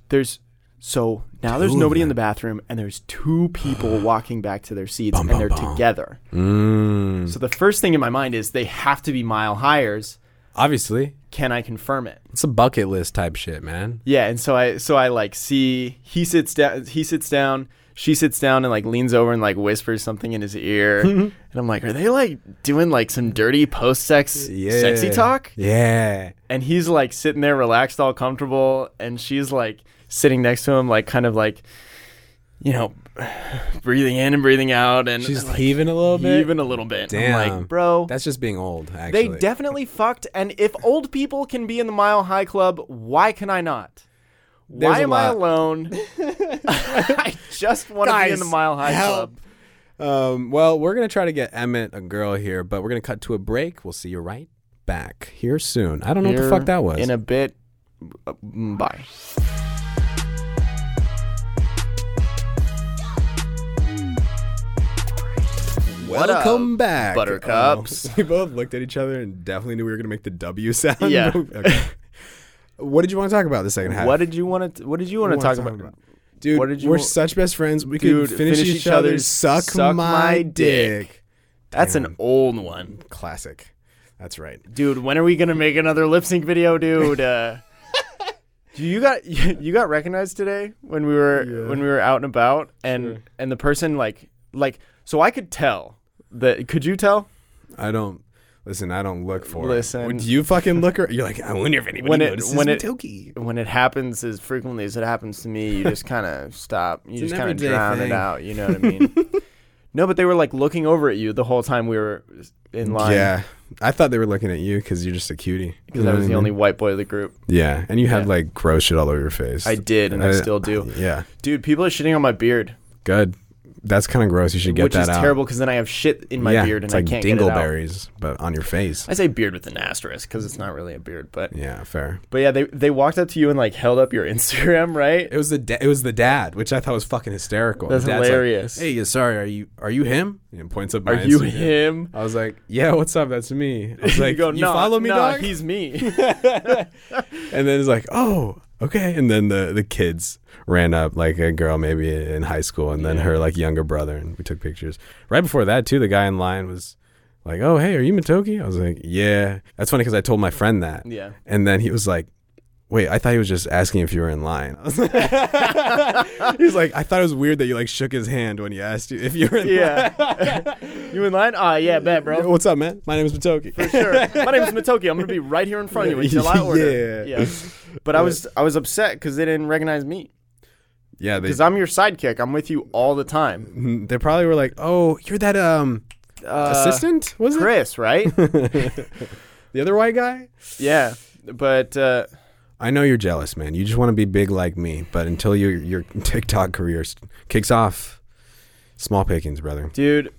Speaker 1: "There's." So now there's
Speaker 2: of
Speaker 1: nobody in the bathroom, and there's two people walking back to their seats,
Speaker 2: Bum,
Speaker 1: and
Speaker 2: bum,
Speaker 1: they're
Speaker 2: bum.
Speaker 1: together.
Speaker 2: Mm.
Speaker 1: So the first thing in my mind is they have to be mile hires.
Speaker 2: Obviously,
Speaker 1: Can I confirm it?
Speaker 2: it's a bucket list type shit, man.
Speaker 1: Yeah, and so I so I like see he sits down he sits down, she sits down and like leans over and like whispers something in his ear. and I'm like, are they like doing like some dirty post sex
Speaker 2: Yeah.
Speaker 1: sexy talk?
Speaker 2: Yeah.
Speaker 1: And he's like sitting there relaxed, all comfortable, and she's like sitting next to him, like kind of like you know, breathing in and breathing out and
Speaker 2: She's
Speaker 1: like,
Speaker 2: heaving a little bit.
Speaker 1: heaving a little bit. I'm
Speaker 2: Damn.
Speaker 1: like, bro,
Speaker 2: That's just being old, actually.
Speaker 1: They definitely fucked. And if old people can be in the Mile High Club, why can I not?
Speaker 2: There's
Speaker 1: why
Speaker 2: a
Speaker 1: am I
Speaker 2: lot.
Speaker 1: alone? I just want to be in
Speaker 2: Guys,
Speaker 1: the Mile High
Speaker 2: help.
Speaker 1: Club.
Speaker 2: Um, well, we're gonna try to get Emmett a girl here, but we're gonna cut to a break. We'll see you right back here soon. I don't know what the fuck that was.
Speaker 1: In a bit. Uh, mm, Bye. What up,
Speaker 2: Welcome back,
Speaker 1: buttercups?
Speaker 2: Oh, we both looked at each other and definitely knew we were gonna make the W sound.
Speaker 1: Yeah.
Speaker 2: Okay. what did you want to talk about the second half?
Speaker 1: What did you want to? What did you want to
Speaker 2: What do you
Speaker 1: talk about?
Speaker 2: Dude,
Speaker 1: What did you
Speaker 2: we're
Speaker 1: wa-
Speaker 2: such best friends. We
Speaker 1: Dude,
Speaker 2: could finish, each other's suck, my dick.
Speaker 1: That's
Speaker 2: Damn.
Speaker 1: an old one,
Speaker 2: Classic. That's right.
Speaker 1: dude. When are we gonna make another lip sync video, dude? Uh, you got you got recognized today when we were when we were out and about, and and the person like like so I could tell that. Could you tell?
Speaker 2: I don't. Listen, I don't look for it.
Speaker 1: Listen.
Speaker 2: Would you fucking look? Or, you're like, I wonder if anybody
Speaker 1: When it-
Speaker 2: notices
Speaker 1: when it-
Speaker 2: Matoki.
Speaker 1: When it happens as frequently as it happens to me, you just kind of stop. You
Speaker 2: an
Speaker 1: just kind of
Speaker 2: everyday
Speaker 1: drown
Speaker 2: thing.
Speaker 1: it out. You know what I mean? no, but they were like looking over at you the whole time we were in line.
Speaker 2: Yeah, I thought they were looking at you because you're just a cutie. You
Speaker 1: Because
Speaker 2: know
Speaker 1: I
Speaker 2: what
Speaker 1: was the
Speaker 2: mean?
Speaker 1: only white boy of the group.
Speaker 2: Yeah, and you had
Speaker 1: Yeah.
Speaker 2: like gross shit all over your face.
Speaker 1: I did, and I
Speaker 2: Uh,
Speaker 1: still do.
Speaker 2: Yeah,
Speaker 1: Dude, people are shitting on my beard,
Speaker 2: good. That's kind of gross. You should get
Speaker 1: which
Speaker 2: that
Speaker 1: is
Speaker 2: out.
Speaker 1: terrible because then I have shit in my
Speaker 2: yeah,
Speaker 1: beard and
Speaker 2: it's like
Speaker 1: I can't get it out.
Speaker 2: dingleberries, but on your face.
Speaker 1: I say beard with an asterisk because it's not really a beard, but
Speaker 2: Yeah, fair.
Speaker 1: but yeah, they they walked up to you and like held up your Instagram, right?
Speaker 2: It was the da- it was the dad, which I thought was fucking hysterical.
Speaker 1: That's
Speaker 2: The dad's like,
Speaker 1: hilarious.
Speaker 2: hey, yeah, sorry, are you are you him? And points up. My
Speaker 1: Are you
Speaker 2: Instagram.
Speaker 1: him?
Speaker 2: I was like, yeah, what's up? That's me. I was like, you,
Speaker 1: go, "Nah,
Speaker 2: follow me,
Speaker 1: nah,
Speaker 2: dog?
Speaker 1: He's me.
Speaker 2: And then it's like, oh, okay. And then the the kids ran up, like a girl maybe in high school, and then her like younger brother, and we took pictures. Right before that, too, the guy in line was like, oh, hey, are you Matoki? I was like, yeah. That's funny because I told my friend that.
Speaker 1: Yeah.
Speaker 2: And then he was like, wait, I thought he was just asking if you were in line. I was like, he was like, I thought it was weird that you like shook his hand when he asked you if you were in line.
Speaker 1: Yeah. you in line? Ah, yeah, bet,
Speaker 2: Yo,
Speaker 1: bro.
Speaker 2: What's up, man? My name is Matoki.
Speaker 1: For sure. My name is Matoki. I'm gonna be right here in front of you until I order.
Speaker 2: Yeah.
Speaker 1: But I was I was upset because they didn't recognize me
Speaker 2: yeah, they,
Speaker 1: because I'm your sidekick. I'm with you all the time.
Speaker 2: Mm, they probably were like, "Oh, you're that um
Speaker 1: Uh,
Speaker 2: assistant, was it
Speaker 1: Chris, right?
Speaker 2: the other white guy?"
Speaker 1: yeah. But uh,
Speaker 2: I know you're jealous, man. You just want to be big like me, but until your your TikTok career s- kicks off, small pickings, brother.
Speaker 1: dude,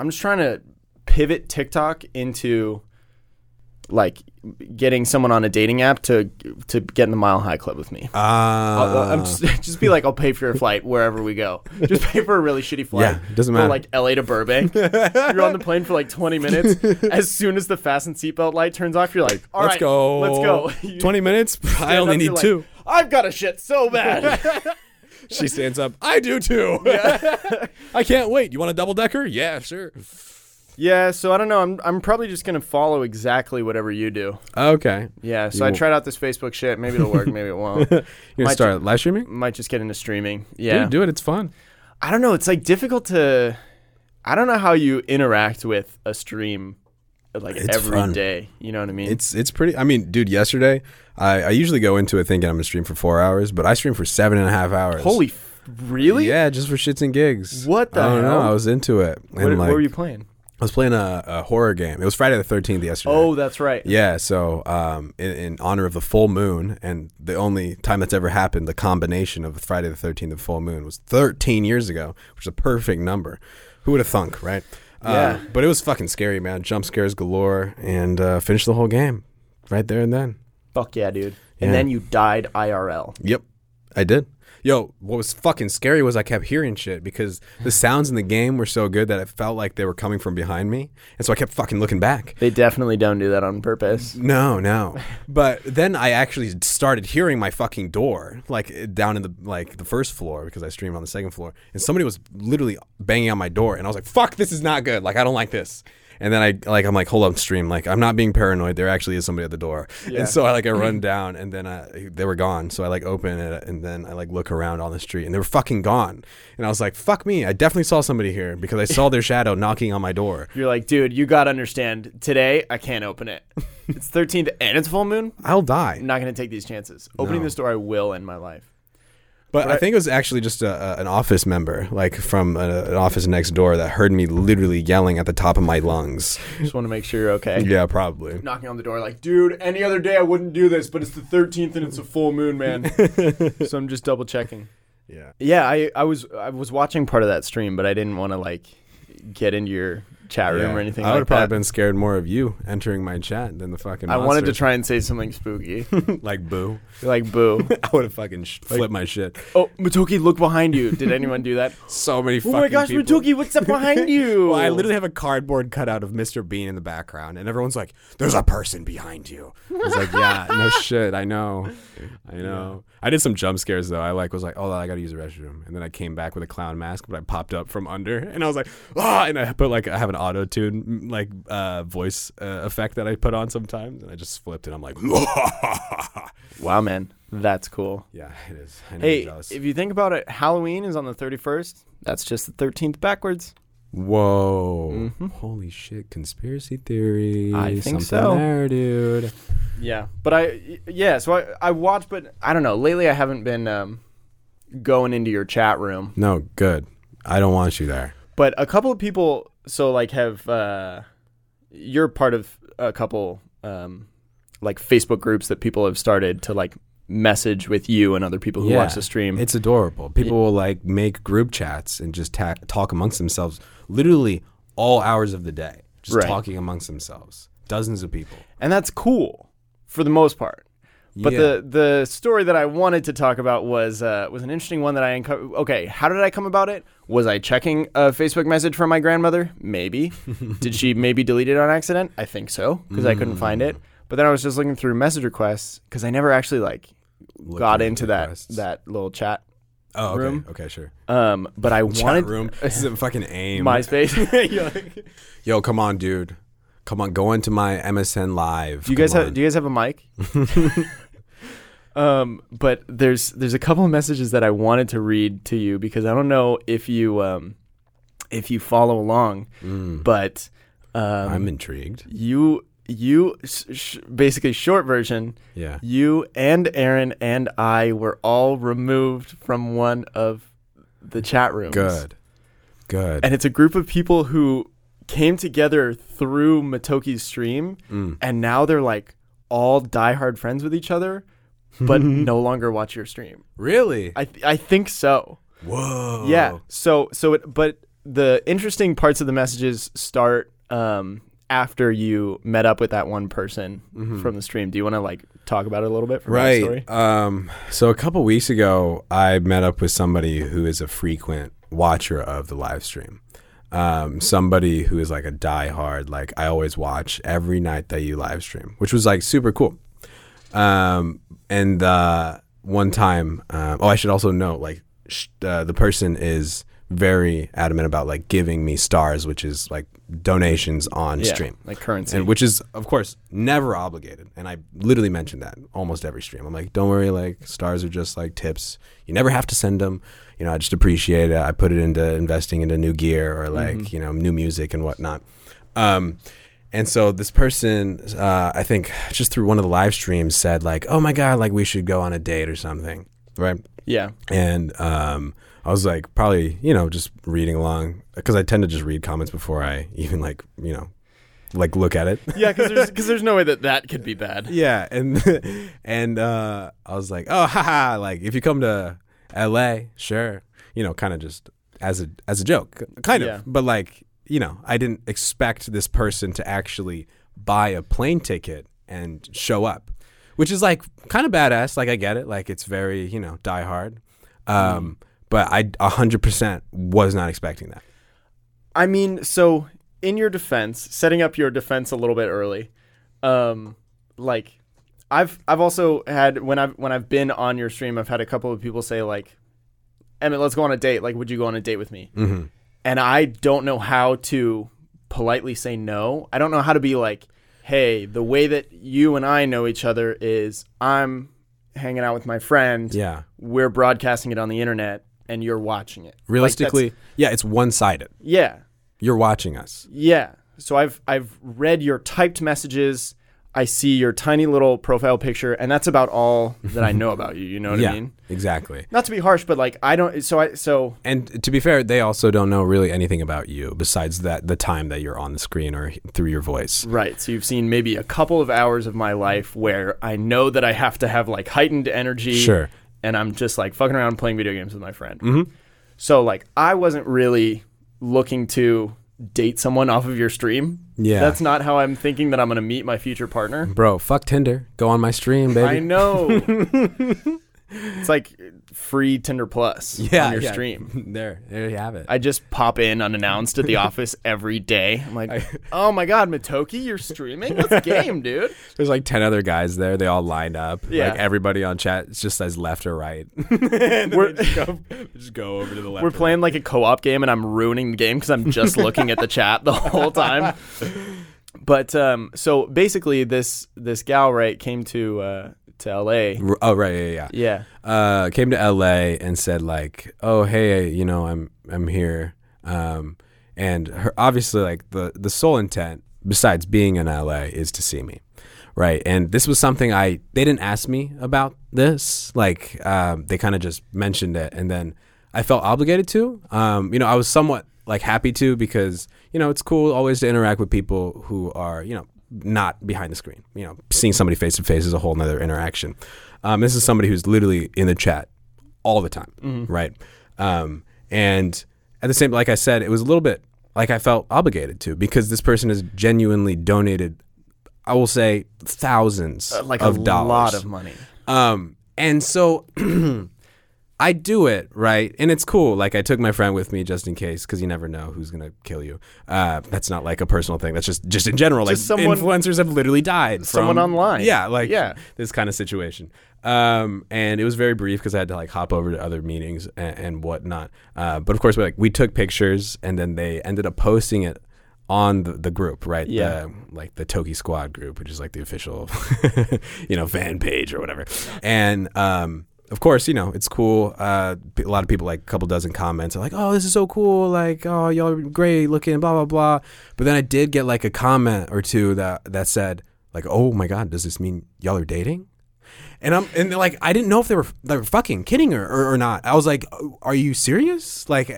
Speaker 1: I'm just trying to pivot TikTok into like getting someone on a dating app to to get in the Mile High Club with me.
Speaker 2: Ah,
Speaker 1: I'll- I'll- Uh, I'm just, just be like, I'll pay for your flight wherever we go. Just pay for a really shitty flight.
Speaker 2: Yeah, doesn't
Speaker 1: Go,
Speaker 2: matter.
Speaker 1: like LA to Burbank. you're on the plane for like 20 minutes. As soon as the fasten seatbelt light turns off, you're like, all
Speaker 2: let's
Speaker 1: right,
Speaker 2: go.
Speaker 1: let's go. You
Speaker 2: Twenty minutes. I
Speaker 1: stand
Speaker 2: only
Speaker 1: up,
Speaker 2: need
Speaker 1: you're like,
Speaker 2: two.
Speaker 1: I've got a shit so bad.
Speaker 2: She stands up. I do too. I can't wait. You want a double decker? Yeah, sure.
Speaker 1: yeah, so I don't know. I'm I'm probably just gonna follow exactly whatever you do.
Speaker 2: Okay.
Speaker 1: Yeah. So I
Speaker 2: You-
Speaker 1: tried out this Facebook shit. Maybe it'll work. maybe it won't.
Speaker 2: You're
Speaker 1: Might
Speaker 2: gonna start live streaming?
Speaker 1: Might just get into streaming. Yeah.
Speaker 2: Dude, do it. It's fun.
Speaker 1: I don't know. It's like difficult to. I don't know how you interact with a stream like every
Speaker 2: It's
Speaker 1: day.
Speaker 2: fun.
Speaker 1: You know what I mean?
Speaker 2: It's it's pretty. I mean, dude, yesterday I, I usually go into it thinking I'm gonna stream for four hours, but I streamed for seven and a half hours.
Speaker 1: holy. F- really?
Speaker 2: Yeah, just for shits and gigs.
Speaker 1: What the
Speaker 2: I don't know.
Speaker 1: hell?
Speaker 2: I was into it. And
Speaker 1: What,
Speaker 2: like,
Speaker 1: what were you playing?
Speaker 2: I was playing a, a horror game. It was Friday the Thirteenth yesterday.
Speaker 1: Oh, that's right.
Speaker 2: Yeah, so um, in, in honor of the full moon, and the only time that's ever happened, the combination of Friday the 13th and full moon was 13 years ago, which is a perfect number. Who would have thunk, right?
Speaker 1: Yeah.
Speaker 2: Uh, but it was fucking scary, man. Jump scares galore, and uh, finished the whole game right there and then.
Speaker 1: Fuck yeah, dude.
Speaker 2: Yeah.
Speaker 1: And then you died IRL.
Speaker 2: Yep, I did. Yo, what was fucking scary was I kept hearing shit because the sounds in the game were so good that it felt like they were coming from behind me, and so I kept fucking looking back.
Speaker 1: They definitely don't do that on purpose.
Speaker 2: No, no. But then I actually started hearing my fucking door, like down in the like the first floor because I streamed on the second floor, and somebody was literally banging on my door, and I was like, "Fuck, this is not good. Like, I don't like this." And then I like I'm like, "Hold up, stream. Like, I'm not being paranoid. There actually is somebody at the door." And so I like I run down, and then I, they were gone. So I like open it, and then I like look around on the street, and they were fucking gone. And I was like, "Fuck me. I definitely saw somebody here because I saw their shadow knocking on my door."
Speaker 1: You're like, dude, you gotta understand. Today, I can't open it. It's 13th and it's full moon.
Speaker 2: I'll die.
Speaker 1: I'm not gonna take these chances. Opening this door, I will end my life.
Speaker 2: But I think it was actually just a, a, an office member, like from a, an office next door, that heard me literally yelling at the top of my lungs.
Speaker 1: Just want to make sure you're okay.
Speaker 2: Yeah, probably.
Speaker 1: knocking on the door like, dude, any other day I wouldn't do this, but it's the 13th and it's a full moon, man. so I'm just double checking.
Speaker 2: Yeah.
Speaker 1: Yeah, I, I was I was watching part of that stream, but I didn't want to like get into your chat room or anything
Speaker 2: I would
Speaker 1: like
Speaker 2: have probably
Speaker 1: that.
Speaker 2: been scared more of you entering my chat than the fucking.
Speaker 1: I wanted to try and say something spooky,
Speaker 2: try like boo.
Speaker 1: like "boo."
Speaker 2: I would have fucking sh- flipped my shit.
Speaker 1: Oh, Matoki, look behind you. Did anyone do that?
Speaker 2: So many.
Speaker 1: oh my gosh, Matoki, what's up behind you?
Speaker 2: Well, I literally have a cardboard cutout of Mr. Bean in the background, and everyone's like, "There's a person behind you." I was like, "Yeah, no shit, I know, I know." I did some jump scares though. I like was like, "Oh, I gotta use the restroom," and then I came back with a clown mask, but I popped up from under, and I was like, "Ah!" And I put like I have an auto tune like uh, voice uh, effect that I put on sometimes, and I just flipped, and I'm like,
Speaker 1: wow, man, that's cool.
Speaker 2: "Yeah, it is." I know you're
Speaker 1: Hey,
Speaker 2: jealous.
Speaker 1: if you think about it, Halloween is on the 31st. That's just the 13th backwards.
Speaker 2: Whoa. Holy shit. Conspiracy theory.
Speaker 1: Mm-hmm. I think
Speaker 2: Something
Speaker 1: so.
Speaker 2: there, dude.
Speaker 1: Yeah, but I y- yeah, so I I watch, but I don't know. Lately, I haven't been um, going into your chat room,
Speaker 2: No, good. I don't want you there.
Speaker 1: but a couple of people so like have uh, you're part of a couple um, like Facebook groups that people have started to like message with you and other people who
Speaker 2: Yeah.
Speaker 1: watch the stream.
Speaker 2: It's adorable. People will like make group chats and just ta- talk amongst themselves literally all hours of the day, just
Speaker 1: Right.
Speaker 2: talking amongst themselves. Dozens of people.
Speaker 1: and that's cool for the most part. But
Speaker 2: Yeah.
Speaker 1: the the story that I wanted to talk about was uh, was an interesting one that I uncovered. Okay, how did I come about it? Was I checking a Facebook message from my grandmother? Maybe. did she maybe delete it on accident? I think so because I couldn't find
Speaker 2: Mm.
Speaker 1: it. But then I was just looking through message requests because I never actually like
Speaker 2: Look
Speaker 1: got
Speaker 2: through
Speaker 1: into
Speaker 2: the
Speaker 1: that
Speaker 2: requests.
Speaker 1: that little chat.
Speaker 2: oh, okay.
Speaker 1: room.
Speaker 2: Okay, sure.
Speaker 1: Um, but I wanted
Speaker 2: Chat room. This is a fucking aim.
Speaker 1: MySpace. You're like-
Speaker 2: Yo, come on, dude. Come on, go into my MSN live.
Speaker 1: Do you guys have Do you guys have a mic? um, but there's there's a couple of messages that I wanted to read to you because I don't know if you um, if you follow along, but um,
Speaker 2: Mm. I'm intrigued.
Speaker 1: you you sh- sh- basically short version.
Speaker 2: Yeah.
Speaker 1: You and Aaron and I were all removed from one of the chat rooms.
Speaker 2: Good. Good.
Speaker 1: And it's a group of people who came together through Matoki's stream
Speaker 2: Mm.
Speaker 1: and now they're like all diehard friends with each other, but no longer watch your stream.
Speaker 2: really?
Speaker 1: I th- I think so.
Speaker 2: Whoa.
Speaker 1: Yeah. So so it but the interesting parts of the messages start um after you met up with that one person from the stream. Do you want to like talk about it a little bit from that story?
Speaker 2: Mm-hmm. right um so a couple weeks ago i met up with somebody who is a frequent watcher of the live stream um somebody who is like a diehard like i always watch every night that you live stream which was like super cool um and uh one time um, oh i should also note like sh- uh, the person is very adamant about like giving me stars which is like donations on
Speaker 1: Yeah,
Speaker 2: stream
Speaker 1: Like currency.
Speaker 2: and which is of course never obligated and i literally mention that almost every stream i'm like don't worry like stars are just like tips you never have to send them you know i just appreciate it i put it into investing into new gear or like you know new music and whatnot um and so this person uh, i think just through one of the live streams said like oh my god like we should go on a date or something right
Speaker 1: yeah.
Speaker 2: and um, I was like, probably, you know, just reading along because I tend to just read comments before I even like, you know, like look at it.
Speaker 1: Yeah, cuz there's cuz there's no way that that could be bad.
Speaker 2: yeah, and and uh, I was like, oh, haha, like if you come to L.A., sure, you know, kind of just as a as a joke, kind of,
Speaker 1: Yeah.
Speaker 2: but like, you know, I didn't expect this person to actually buy a plane ticket and show up, which is like kind of badass. Like I get it, like it's very you know die hard, um,
Speaker 1: Mm.
Speaker 2: but I hundred percent was not expecting that.
Speaker 1: I mean, so in your defense, setting up your defense a little bit early, um, like I've I've also had when I've when I've been on your stream, I've had a couple of people say like, Emmett, let's go on a date. Like, would you go on a date with me?
Speaker 2: Mm-hmm.
Speaker 1: And I don't know how to politely say no. I don't know how to be like, hey, the way that you and I know each other is I'm hanging out with my friend.
Speaker 2: Yeah,
Speaker 1: We're broadcasting it on the internet, and you're watching it. Like, that's-
Speaker 2: realistically, yeah, it's one sided.
Speaker 1: yeah.
Speaker 2: You're watching us.
Speaker 1: Yeah. So I've I've read your typed messages. I see your tiny little profile picture, and that's about all that I know about you. You know what
Speaker 2: yeah,
Speaker 1: I mean?
Speaker 2: exactly.
Speaker 1: Not to be harsh, but like I don't. So I so
Speaker 2: And to be fair, they also don't know really anything about you besides that the time that you're on the screen or h- through your voice.
Speaker 1: right. So you've seen maybe a couple of hours of my life where I know that I have to have like heightened energy.
Speaker 2: Sure. Mm-hmm.
Speaker 1: And I'm just like fucking around playing video games with my friend. So like I wasn't really looking to date someone off of your stream.
Speaker 2: Yeah.
Speaker 1: That's not how I'm thinking that I'm going to meet my future partner.
Speaker 2: Bro, fuck Tinder. Go on my stream, baby.
Speaker 1: I know. it's like free Tinder Plus on your stream.
Speaker 2: there, there you have it.
Speaker 1: I just pop in unannounced at the office every day. I'm like, oh my God, Matoki, you're streaming? What's game, dude?
Speaker 2: There's like ten other guys there. They all line up.
Speaker 1: Yeah.
Speaker 2: Like everybody on chat it's just says left or right.
Speaker 1: We're,
Speaker 2: go, just go over to the left.
Speaker 1: we're playing like a co op game and I'm ruining the game because I'm just looking at the chat the whole time. But um, so basically, this this gal, right, came to, uh, to LA.
Speaker 2: R- Oh right, yeah, yeah. yeah.
Speaker 1: Yeah.
Speaker 2: Uh, came to LA and said like, oh hey, you know, I'm I'm here. Um, and her obviously like the the sole intent besides being in LA is to see me. Right. And this was something I they didn't ask me about this. Like um, they kind of just mentioned it and then I felt obligated to. Um, you know, I was somewhat like happy to because, you know, it's cool always to interact with people who are, you know, not behind the screen. You know, seeing somebody face to face is a whole nother interaction. Um, this is somebody who's literally in the chat all the time,
Speaker 1: Mm-hmm.
Speaker 2: right? Um, and at the same, like I said, it was a little bit like I felt obligated to because this person has genuinely donated, I will say, thousands
Speaker 1: Uh, like
Speaker 2: of
Speaker 1: a
Speaker 2: dollars,
Speaker 1: lot of money.
Speaker 2: um, and so I do it right, and it's cool. Like I took my friend with me just in case, because you never know who's gonna kill you. Uh, that's not like a personal thing. That's just just in general.
Speaker 1: Just
Speaker 2: like
Speaker 1: someone-
Speaker 2: influencers have literally died.
Speaker 1: Someone
Speaker 2: from-
Speaker 1: online.
Speaker 2: Yeah, like
Speaker 1: Yeah.
Speaker 2: this kind of situation. Um, and it was very brief because I had to like hop over to other meetings and, and whatnot. Uh, but of course, we like we took pictures, and then they ended up posting it on the, the group, right?
Speaker 1: Yeah.
Speaker 2: The- like the Toki Squad group, which is like the official, you know, fan page or whatever. And um, of course, you know, it's cool. Uh, p- a lot of people, like a couple dozen comments, are like, "Oh, this is so cool! Like, oh, y'all are great looking, blah blah blah." But then I did get like a comment or two that that said, like, "Oh my God, does this mean y'all are dating?" And I'm and like I didn't know if they were they were fucking kidding her or, or not. I was like, "Oh, "Are you serious?" Like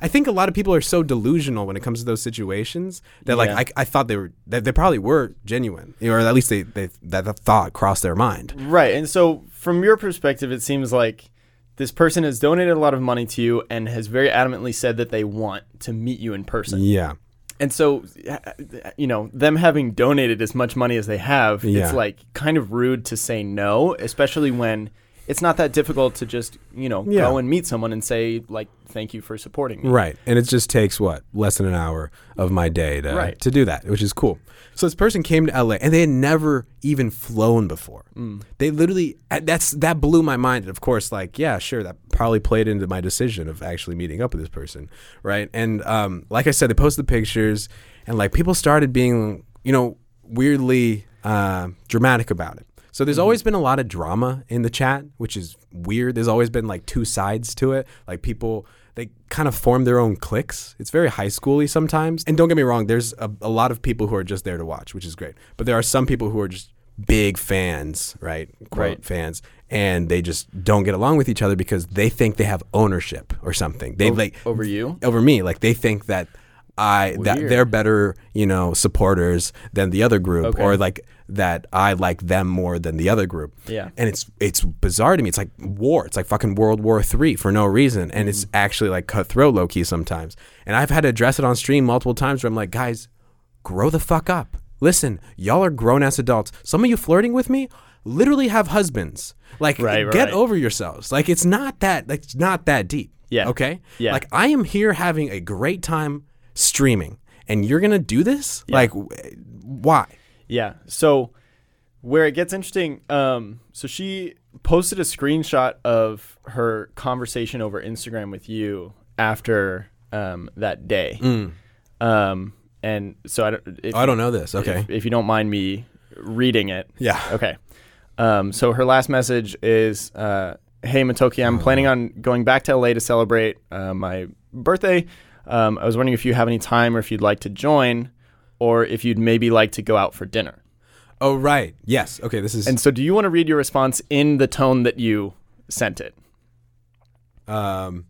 Speaker 2: I think a lot of people are so delusional when it comes to those situations that
Speaker 1: Yeah.
Speaker 2: like I, I thought they were that they probably were genuine or at least they, they that, that thought crossed their mind.
Speaker 1: Right. And so, from your perspective, it seems like this person has donated a lot of money to you and has very adamantly said that they want to meet you in person.
Speaker 2: Yeah.
Speaker 1: And so, uh, you know, them having donated as much money as they have,
Speaker 2: Yeah.
Speaker 1: it's like kind of rude to say no, especially when it's not that difficult to just, you know,
Speaker 2: Yeah.
Speaker 1: go and meet someone and say, like, thank you for supporting me.
Speaker 2: Right. And it just takes what? Less than an hour of my day to,
Speaker 1: Right.
Speaker 2: to do that, which is cool. So this person came to LA and they had never even flown before.
Speaker 1: Mm.
Speaker 2: They literally uh, that's that blew my mind. And of course, like, yeah, sure, that probably played into my decision of actually meeting up with this person. Right. And um, like I said, they posted the pictures and like people started being, you know, weirdly uh, dramatic about it. So
Speaker 1: Mm-hmm.
Speaker 2: there's always been a lot of drama in the chat, which is weird. There's always been like two sides to it. Like people, they kind of form their own cliques. It's very high schooly sometimes. And don't get me wrong, there's a, a lot of people who are just there to watch, which is great. But there are some people who are just big fans, right? Quote
Speaker 1: Right.
Speaker 2: fans, and they just don't get along with each other because they think they have ownership or something. They like
Speaker 1: Over you?
Speaker 2: over me. Like they think that I that
Speaker 1: Weird.
Speaker 2: they're better, you know, supporters than the other group, or like that I like them more than the other group.
Speaker 1: Yeah.
Speaker 2: and it's it's bizarre to me. It's like war. It's like fucking World War Three for no reason, and
Speaker 1: Mm.
Speaker 2: it's actually like cutthroat low key sometimes. And I've had to address it on stream multiple times where I'm like, guys, grow the fuck up. Listen, y'all are grown ass adults. Some of you flirting with me literally have husbands. Like,
Speaker 1: Right,
Speaker 2: get
Speaker 1: right.
Speaker 2: over yourselves. Like, it's not that. Like, it's not that deep.
Speaker 1: Yeah.
Speaker 2: Okay.
Speaker 1: Yeah.
Speaker 2: Like I am here having a great time streaming, and you're gonna do this? Like, w- why?
Speaker 1: Yeah. So where it gets interesting, um, so she posted a screenshot of her conversation over Instagram with you after um, that day.
Speaker 2: Mm.
Speaker 1: Um, and so I don't. If,
Speaker 2: Oh, I don't know this. Okay.
Speaker 1: if, if you don't mind me reading it.
Speaker 2: yeah.
Speaker 1: Okay. Um, so her last message is uh, Hey, Matoki, I'm planning on going back to LA to celebrate uh, my birthday. Um, I was wondering if you have any time or if you'd like to join or if you'd maybe like to go out for dinner.
Speaker 2: Oh right. Yes. Okay. This is.
Speaker 1: And so, do you want to read your response in the tone that you sent it?
Speaker 2: um.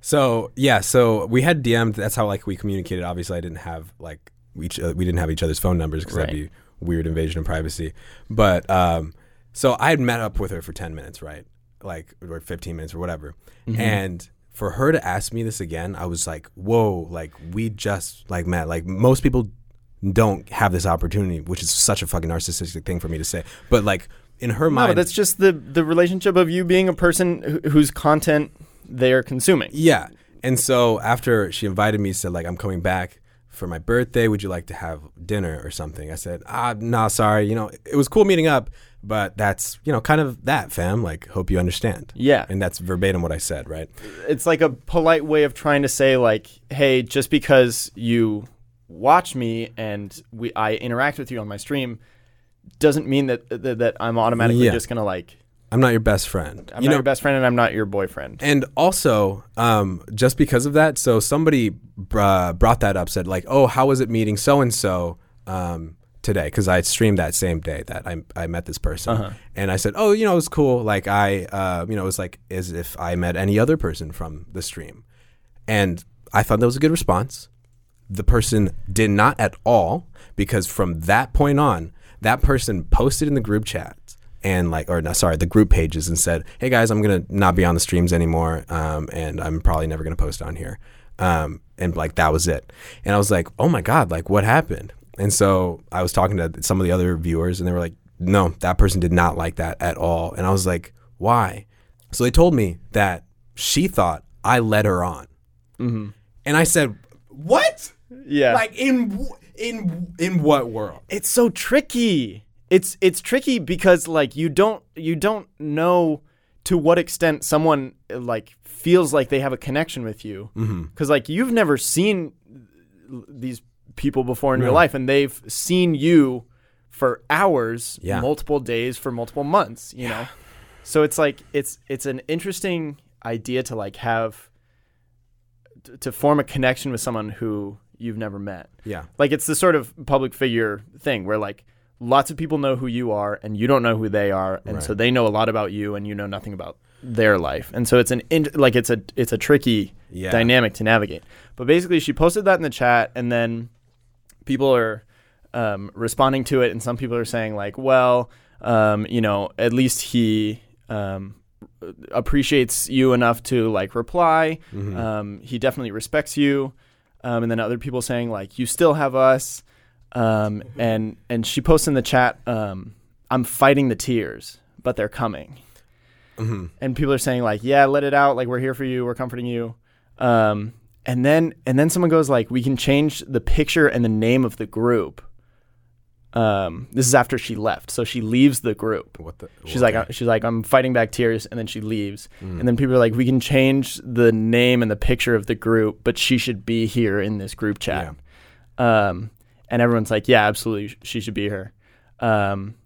Speaker 2: So yeah. So we had DM'd. That's how like we communicated. Obviously, I didn't have like each. Uh, we didn't have each other's phone numbers because that'd
Speaker 1: Right.
Speaker 2: be weird invasion of privacy. But um. So I had met up with her for ten minutes, right? Like or fifteen minutes or whatever,
Speaker 1: Mm-hmm.
Speaker 2: and. For her to ask me this again, I was like, "Whoa!" Like we just like met. Like most people don't have this opportunity, which is such a fucking narcissistic thing for me to say. But like in her
Speaker 1: No, but
Speaker 2: mind,
Speaker 1: that's just the the relationship of you being a person wh- whose content they are consuming.
Speaker 2: Yeah. And so after she invited me, said like, "I'm coming back for my birthday. Would you like to have dinner or something?" I said, "Ah, nah, sorry. You know, it was cool meeting up, but that's you know kind of that, fam. Like, hope you understand."
Speaker 1: Yeah,
Speaker 2: And that's verbatim what I said, right?
Speaker 1: it's like a polite way of trying to say like, hey, just because you watch me and we I interact with you on my stream doesn't mean that that, that I'm automatically
Speaker 2: Yeah.
Speaker 1: just gonna like
Speaker 2: I'm not your best friend.
Speaker 1: I'm
Speaker 2: you
Speaker 1: not
Speaker 2: know,
Speaker 1: your best friend and I'm not your boyfriend.
Speaker 2: and also, um, just because of that, so somebody uh, brought that up, said like, "Oh, how was it meeting so and so today?" Because I streamed that same day that I, I met this person, and I said, "Oh, you know, it was cool. Like I, uh, you know, it was like as if I met any other person from the stream," and I thought that was a good response. The person did not at all because from that point on, that person posted in the group chat and like, or no, sorry, the group pages and said, "Hey guys, I'm gonna not be on the streams anymore, um, and I'm probably never gonna post on here." Um, and like that was it. And I was like, "Oh my god, like what happened?" And so I was talking to some of the other viewers, and they were like, "No, that person did not like that at all." And I was like, "Why?" So they told me that she thought I led her on, and I said, "What?"
Speaker 1: Yeah.
Speaker 2: Like in w- in w- in what world?
Speaker 1: it's so tricky. It's it's tricky because like you don't you don't know to what extent someone uh, like feels like they have a connection with you because like you've never seen l- these people before in your life and they've seen you for hours,
Speaker 2: Yeah.
Speaker 1: multiple days, for multiple months. You know, so it's like it's it's an interesting idea to like have t- to form a connection with someone who you've never met.
Speaker 2: Yeah.
Speaker 1: Like it's the sort of public figure thing where like lots of people know who you are and you don't know who they are and so they know a lot about you and you know nothing about their life. And so it's an in- like it's a it's a tricky
Speaker 2: Yeah.
Speaker 1: dynamic to navigate. But basically she posted that in the chat and then people are um, responding to it, and some people are saying like, "Well, um, you know, at least he um, appreciates you enough to like reply. Um, he definitely respects you." Um, and then other people saying like, "You still have us." Um, and and she posts in the chat, um, "I'm fighting the tears, but they're coming." and people are saying like, "Yeah, let it out. Like we're here for you. We're comforting you." Um, and then and then someone goes like, "We can change the picture and the name of the group." Um, this is after she left, so she leaves the group.
Speaker 2: What the?
Speaker 1: She's like, she's like, I'm fighting back tears, and then she leaves. And then people are like, we can change the name and the picture of the group, but she should be here in this group chat. Um, and everyone's like, yeah, absolutely, sh- she should be here. Um,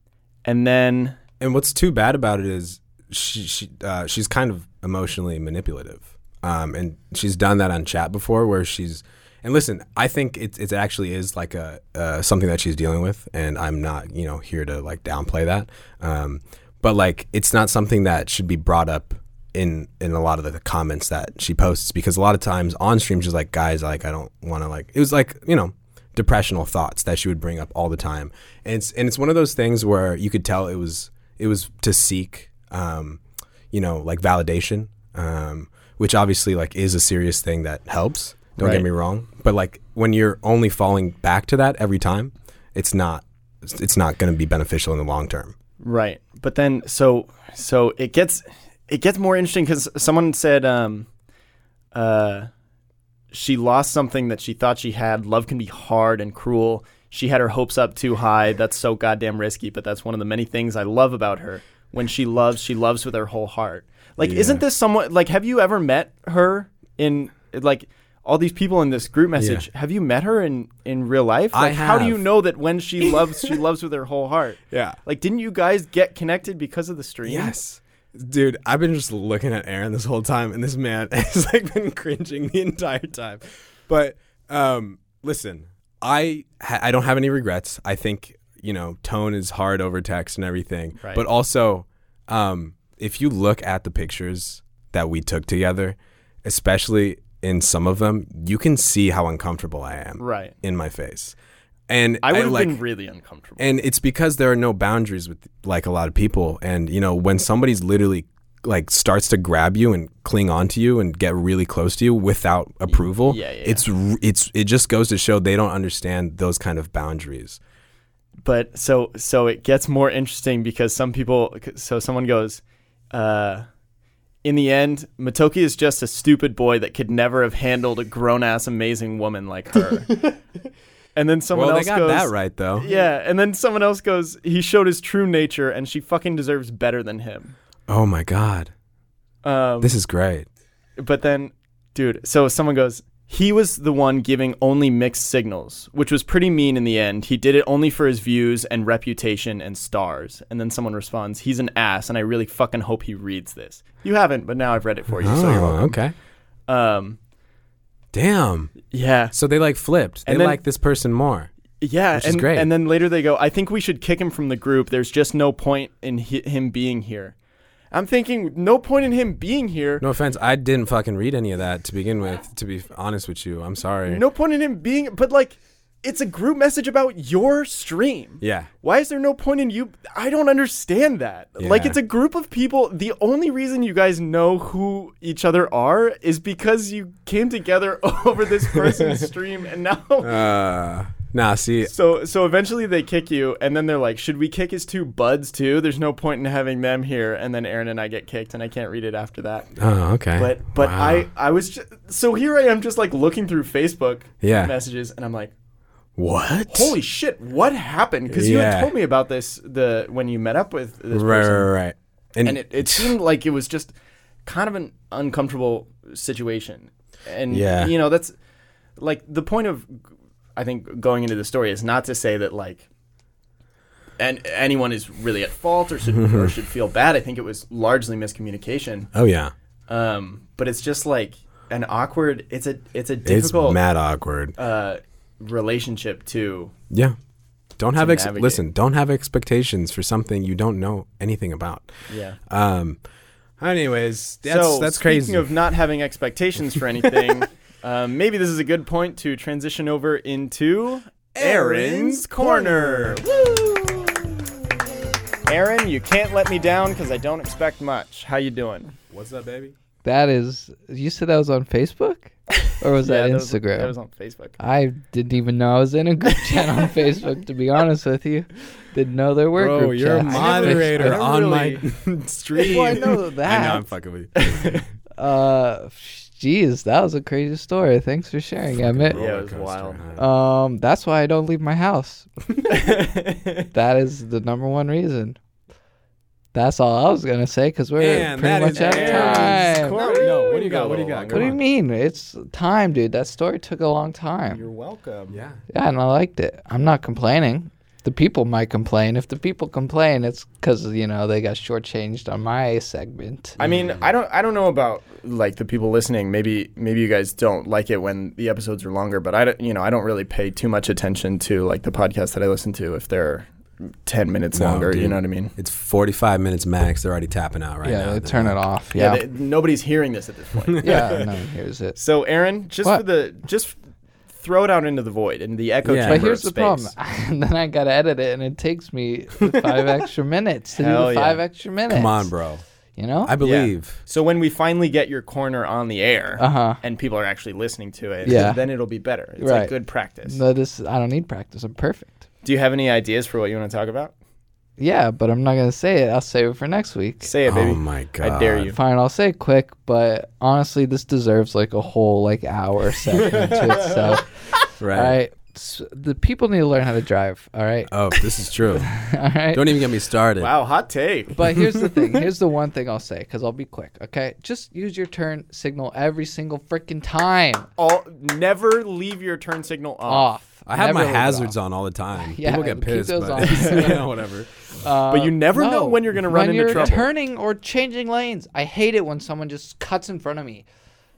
Speaker 1: and then
Speaker 2: and what's too bad about it is she, she uh, she's kind of emotionally manipulative, um, and she's done that on chat before, where she's and listen, I think it it actually is like a uh, something that she's dealing with, and I'm not you know here to like downplay that, um, but like it's not something that should be brought up in in a lot of the comments that she posts because a lot of times on stream she's like guys like I don't want to like it was like you know depressional thoughts that she would bring up all the time. And it's and it's one of those things where you could tell it was it was to seek um, you know, like validation, um, which obviously like is a serious thing that helps. Don't
Speaker 1: Right.
Speaker 2: get me wrong, but like when you're only falling back to that every time, it's not it's it's not going to be beneficial in the long term.
Speaker 1: Right. But then so so it gets it gets more interesting cuz someone said um uh she lost something that she thought she had. Love can be hard and cruel. She had her hopes up too high. That's so goddamn risky, but that's one of the many things I love about her. When she loves, she loves with her whole heart. Like isn't this somewhat like have you ever met her in like all these people in this group message, have you met her in in real life?
Speaker 2: I
Speaker 1: Like how do
Speaker 2: have.
Speaker 1: you know that when she loves, she loves with her whole heart?
Speaker 2: Yeah.
Speaker 1: Like, didn't you guys get connected because of the stream?
Speaker 2: Yes. Dude, I've been just looking at Aaron this whole time, and this man has like been cringing the entire time. But um, listen, I ha- I don't have any regrets. I think you know tone is hard over text and everything.
Speaker 1: Right.
Speaker 2: But also, um, if you look at the pictures that we took together, especially in some of them, you can see how uncomfortable I am
Speaker 1: Right.
Speaker 2: in my face. And
Speaker 1: I would have
Speaker 2: like,
Speaker 1: been really uncomfortable.
Speaker 2: and it's because there are no boundaries with like a lot of people and you know when somebody's literally like starts to grab you and cling onto you and get really close to you without approval
Speaker 1: yeah, yeah.
Speaker 2: it's r- it's it just goes to show they don't understand those kind of boundaries
Speaker 1: but so so it gets more interesting because some people. So someone goes, uh, in the end, Matoki is just a stupid boy that could never have handled a grown ass amazing woman like her. and then someone
Speaker 2: well they
Speaker 1: else
Speaker 2: got
Speaker 1: goes.
Speaker 2: that right though
Speaker 1: Yeah, and then someone else goes. He showed his true nature, and she fucking deserves better than him.
Speaker 2: oh my god
Speaker 1: Um,
Speaker 2: this is great
Speaker 1: but then dude so someone goes he was the one giving only mixed signals, which was pretty mean in the end. He did it only for his views and reputation and stars. And then someone responds, "He's an ass," and I really fucking hope he reads this. You haven't, but now I've read it for you, so you're welcome.
Speaker 2: Oh, okay.
Speaker 1: Um,
Speaker 2: Damn.
Speaker 1: yeah,
Speaker 2: So they like flipped. They
Speaker 1: And then-
Speaker 2: like this person more.
Speaker 1: yeah,
Speaker 2: is
Speaker 1: and
Speaker 2: great.
Speaker 1: and then later they go, "I think we should kick him from the group. There's just no point in hi him being here." I'm thinking, no point in him being here.
Speaker 2: No offense, I didn't fucking read any of that to begin with. To be honest with you, I'm sorry.
Speaker 1: No point in him being, but like, it's a group message about your stream.
Speaker 2: Yeah.
Speaker 1: Why is there no point in you? I don't understand that. Like,
Speaker 2: Yeah.
Speaker 1: it's a group of people. The only reason you guys know who each other are is because you came together over this person's stream, and now.
Speaker 2: Uh, nah. See,
Speaker 1: So, so eventually they kick you, and then they're like, "Should we kick his two buds too?" There's no point in having them here. And then Aaron and I get kicked, and I can't read it after that.
Speaker 2: Oh, okay.
Speaker 1: But, but
Speaker 2: Wow.
Speaker 1: I, I was just, so here I am, just like looking through Facebook
Speaker 2: Yeah.
Speaker 1: messages, and I'm like,
Speaker 2: what?
Speaker 1: holy shit, what happened? Because you
Speaker 2: Yeah.
Speaker 1: had told me about this the when you met up with this
Speaker 2: right,
Speaker 1: person,
Speaker 2: right, right, right. And,
Speaker 1: and it, it seemed like it was just kind of an uncomfortable situation. And
Speaker 2: Yeah.
Speaker 1: you know, that's like the point of I think going into the story is not to say that like and anyone is really at fault or should or should feel bad. I think it was largely miscommunication.
Speaker 2: oh yeah,
Speaker 1: Um, but it's just like an awkward. It's a it's a
Speaker 2: it's
Speaker 1: difficult
Speaker 2: mad awkward.
Speaker 1: uh, relationship to
Speaker 2: yeah. Don't have ex-
Speaker 1: navigate.
Speaker 2: listen. Don't have expectations for something you don't know anything about.
Speaker 1: yeah.
Speaker 2: Um. Anyways, that's
Speaker 1: so
Speaker 2: that's
Speaker 1: speaking
Speaker 2: crazy.
Speaker 1: of not having expectations for anything, um, maybe this is a good point to transition over into Aaron's Corner. Aaron, you can't let me down because I don't expect much. How you doing?
Speaker 2: What's up, baby?
Speaker 3: That is. You said that was on Facebook, or was that
Speaker 1: Yeah,
Speaker 3: Instagram?
Speaker 1: Was, that was on Facebook.
Speaker 3: I didn't even know I was in a group chat on Facebook. To be honest with you, didn't know there were
Speaker 2: Bro,
Speaker 3: group
Speaker 2: Oh, you're a
Speaker 3: chats. on
Speaker 2: moderator
Speaker 1: I
Speaker 2: on
Speaker 1: really-
Speaker 2: my stream.
Speaker 3: Well, I know that.
Speaker 2: I know I'm fucking with you.
Speaker 3: Facebook. Uh, jeez, that was a crazy story. Thanks for sharing, Emmett.
Speaker 1: Yeah, it was
Speaker 2: Rollercoaster,
Speaker 1: wild.
Speaker 2: huh?
Speaker 3: Um, that's why I don't leave my house. that is the number one reason. That's all I was gonna say because we're
Speaker 2: And
Speaker 3: pretty
Speaker 2: that
Speaker 3: much
Speaker 2: is
Speaker 3: out
Speaker 2: Aaron's
Speaker 3: of time.
Speaker 2: corner. No, what do you got? What do you got?
Speaker 3: What do you
Speaker 2: on.
Speaker 3: mean? It's time, dude. That story took a long time.
Speaker 1: You're welcome.
Speaker 2: Yeah.
Speaker 3: Yeah, and I liked it. I'm not complaining. The people might complain. If the people complain, it's because you know they got shortchanged on my segment.
Speaker 1: I mean, I don't I don't know about like the people listening. Maybe maybe you guys don't like it when the episodes are longer, but I don't, you know, I don't really pay too much attention to like the podcasts that I listen to if they're 10 minutes
Speaker 2: No,
Speaker 1: longer, you
Speaker 2: dude.
Speaker 1: know what I mean?
Speaker 2: It's 45 minutes max. They're already tapping out right now.
Speaker 3: yeah,
Speaker 2: They're
Speaker 3: they turn
Speaker 2: like,
Speaker 3: it off.
Speaker 1: Yeah,
Speaker 3: Yeah,
Speaker 1: they- nobody's hearing this at this point.
Speaker 3: yeah. No, here's it.
Speaker 1: So Aaron, just
Speaker 3: What?
Speaker 1: for the just throw it out into the void in the echo
Speaker 2: Yeah.
Speaker 1: chamber.
Speaker 3: But here's
Speaker 1: of
Speaker 3: the
Speaker 1: space.
Speaker 3: problem. and then I gotta edit it, and it takes me five extra minutes to do
Speaker 1: Hell
Speaker 3: the
Speaker 1: yeah.
Speaker 3: five extra minutes.
Speaker 2: Come on, bro.
Speaker 3: You know?
Speaker 2: I
Speaker 1: Yeah.
Speaker 2: believe.
Speaker 1: So when we finally get your corner on the air,
Speaker 3: Uh-huh.
Speaker 1: and people are actually listening to it,
Speaker 3: Yeah.
Speaker 1: then it'll be better. It's like
Speaker 3: Right.
Speaker 1: good practice.
Speaker 3: no, this I don't need practice. I'm perfect.
Speaker 1: Do you have any ideas for what you want to talk about?
Speaker 3: Yeah, but I'm not gonna say it. I'll save it for next week.
Speaker 1: Say it,
Speaker 2: Oh
Speaker 1: baby.
Speaker 2: my god.
Speaker 1: I dare you.
Speaker 3: Fine, I'll say it quick, but honestly, this deserves like a whole like hour session to itself.
Speaker 2: Right.
Speaker 3: All right. S the people need to learn how to drive. All right.
Speaker 2: Oh, this is true.
Speaker 3: All right.
Speaker 2: Uh, Don't even get me started.
Speaker 1: Wow, hot take.
Speaker 3: But here's the thing. Here's the one thing I'll say because I'll be quick. Okay. Just use your turn signal every single freaking time.
Speaker 1: all never leave your turn signal off.
Speaker 3: Off.
Speaker 2: I have
Speaker 3: Never
Speaker 2: my
Speaker 3: leave it
Speaker 2: hazards
Speaker 3: off.
Speaker 2: on all the time.
Speaker 3: Yeah,
Speaker 2: People get
Speaker 3: keep
Speaker 2: pissed,
Speaker 3: those
Speaker 2: but
Speaker 3: on.
Speaker 2: you know, whatever.
Speaker 1: but you never
Speaker 3: Uh, No,
Speaker 1: know when you're going to run
Speaker 3: when
Speaker 1: into
Speaker 3: you're
Speaker 1: trouble.
Speaker 3: turning or changing lanes. I hate it when someone just cuts in front of me.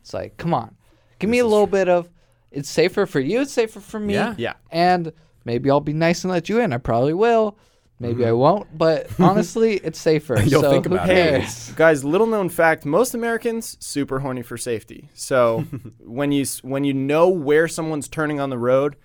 Speaker 3: It's like, come on, give me a little bit of. It's safer for you. It's safer for me.
Speaker 2: Yeah.
Speaker 1: Yeah.
Speaker 3: And maybe I'll be nice and let you in. I probably will. Maybe I won't. But honestly, it's safer.
Speaker 2: Mm-hmm. You'll
Speaker 3: so
Speaker 2: think
Speaker 3: who
Speaker 2: about it.
Speaker 1: Hey,
Speaker 3: cares?
Speaker 1: guys, little known fact, most Americans super horny for safety. So when you s- when you know where someone's turning on the road,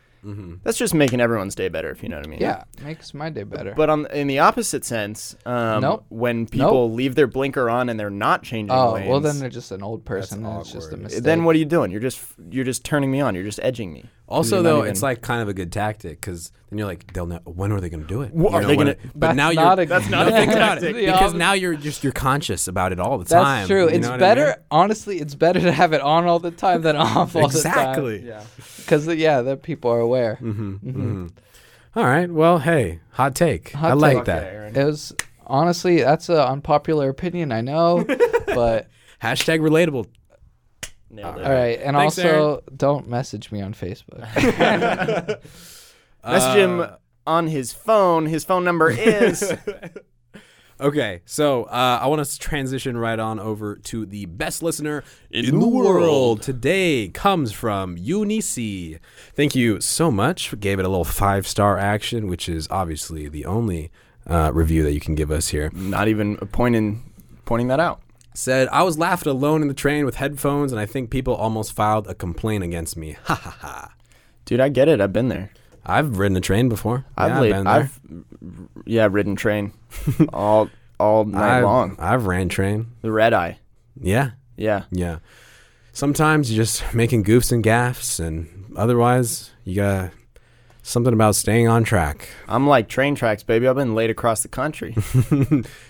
Speaker 1: that's just making everyone's day better, if you know what I mean.
Speaker 3: Mm-hmm. Yeah, makes my day better.
Speaker 1: But on in the opposite sense, um,
Speaker 3: Nope.
Speaker 1: when people leave their blinker on and they're not changing
Speaker 3: oh
Speaker 1: lanes,
Speaker 3: well, then they're just an old person. and it's just a
Speaker 2: awkward.
Speaker 3: mistake.
Speaker 1: then what are you doing? You're just you're just turning me on. You're just edging me.
Speaker 2: Also,
Speaker 1: not
Speaker 2: though,
Speaker 1: even-
Speaker 2: it's like kind of a good tactic because then you're like, they'll know when are they going to do it?
Speaker 1: Well,
Speaker 2: You
Speaker 1: are
Speaker 2: know,
Speaker 1: they
Speaker 2: when
Speaker 1: gonna-
Speaker 2: it- But
Speaker 3: That's
Speaker 2: now
Speaker 3: not
Speaker 2: you're
Speaker 3: a good
Speaker 2: now think about it
Speaker 3: tactic.
Speaker 2: because
Speaker 3: Yeah.
Speaker 2: now you're just you're conscious about it all the
Speaker 3: That's
Speaker 2: time.
Speaker 3: true.
Speaker 2: you
Speaker 3: It's
Speaker 2: know what I
Speaker 3: better.
Speaker 2: mean?
Speaker 3: Honestly, it's better to have it on all the time than off all the
Speaker 2: Exactly.
Speaker 3: time. Because yeah, that people are aware.
Speaker 2: All right. Well, hey, hot take. I
Speaker 3: take.
Speaker 2: like
Speaker 3: Fuck
Speaker 2: that.
Speaker 3: It was honestly that's an unpopular opinion I know, but
Speaker 2: Hashtag relatable.
Speaker 1: Nailed it.
Speaker 3: All right, and
Speaker 2: Thanks,
Speaker 3: also don't message me on Facebook.
Speaker 1: Message him
Speaker 3: Uh,
Speaker 1: on his phone. His phone number is.
Speaker 2: Okay, so uh, I want to transition right on over to the best listener in, the,
Speaker 1: the
Speaker 2: world.
Speaker 1: world.
Speaker 2: Today comes from Unici. Thank you so much. Gave it a little five star action, which is obviously the only uh, review that you can give us here.
Speaker 1: Not even pointing pointing that out.
Speaker 2: Said, I was laughed alone in the train with headphones, and I think people almost filed a complaint against me. Ha ha ha.
Speaker 1: Dude, I get it. I've been there.
Speaker 2: I've ridden a train before.
Speaker 1: I've
Speaker 2: Yeah,
Speaker 1: laid-
Speaker 2: been there.
Speaker 1: I've yeah, ridden train all all night
Speaker 2: I've-
Speaker 1: long.
Speaker 2: I've ran train.
Speaker 1: The red eye.
Speaker 2: Yeah.
Speaker 1: Yeah.
Speaker 2: Yeah. Sometimes you're just making goofs and gaffs, and otherwise, you got something about staying on track.
Speaker 1: I'm like train tracks, baby. I've been laid across the country.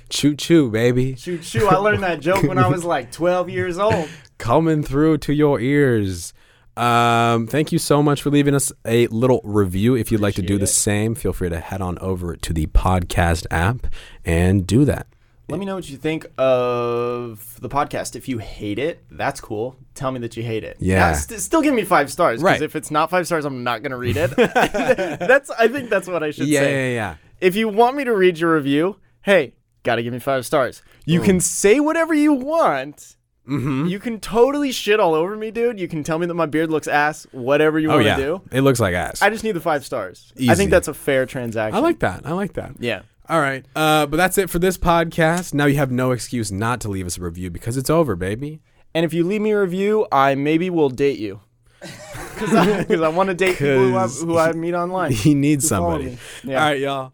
Speaker 2: Choo choo, baby.
Speaker 1: Choo choo. I learned that joke when I was like 12 years old.
Speaker 2: Coming through to your ears. Um, thank you so much for leaving us a little review. If you'd like to do the same, feel free to head on over to the podcast app and do that.
Speaker 1: Let me know what you think of the podcast. If you hate it, that's cool. Tell me that you hate it.
Speaker 2: Yeah.
Speaker 1: Now, st- still give me five stars.
Speaker 2: Right.
Speaker 1: Because if it's not five stars, I'm not going to read it. that's. I think that's what I should
Speaker 2: Yeah,
Speaker 1: say.
Speaker 2: yeah, yeah.
Speaker 1: If you want me to read your review, hey, gotta give me five stars. You
Speaker 2: Mm.
Speaker 1: can say whatever you want. Mm-hmm. You can totally shit all over me, dude. You can tell me that my beard looks ass, whatever you
Speaker 2: Oh,
Speaker 1: want to
Speaker 2: yeah.
Speaker 1: do.
Speaker 2: It looks like ass.
Speaker 1: I
Speaker 2: I,
Speaker 1: just need the five stars. I
Speaker 2: Easy.
Speaker 1: think that's a fair transaction.
Speaker 2: like that. I like that.
Speaker 1: Yeah.
Speaker 2: All right. Uh, but that's it for this podcast. Now you have no excuse not to leave us a review because it's over, baby.
Speaker 1: And if you leave me a review, I maybe will date you. Because I, 'cause I want to date people who I,
Speaker 2: 'Cause
Speaker 1: who I meet online.
Speaker 2: He needs
Speaker 1: follow
Speaker 2: somebody.
Speaker 1: me. Yeah.
Speaker 2: All right, y'all.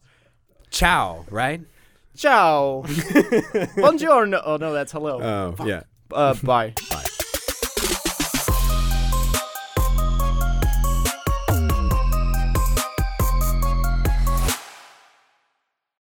Speaker 2: Ciao, right?
Speaker 1: Ciao. Buongiorno. Oh, no, that's hello.
Speaker 2: Oh, yeah.
Speaker 1: Uh, bye.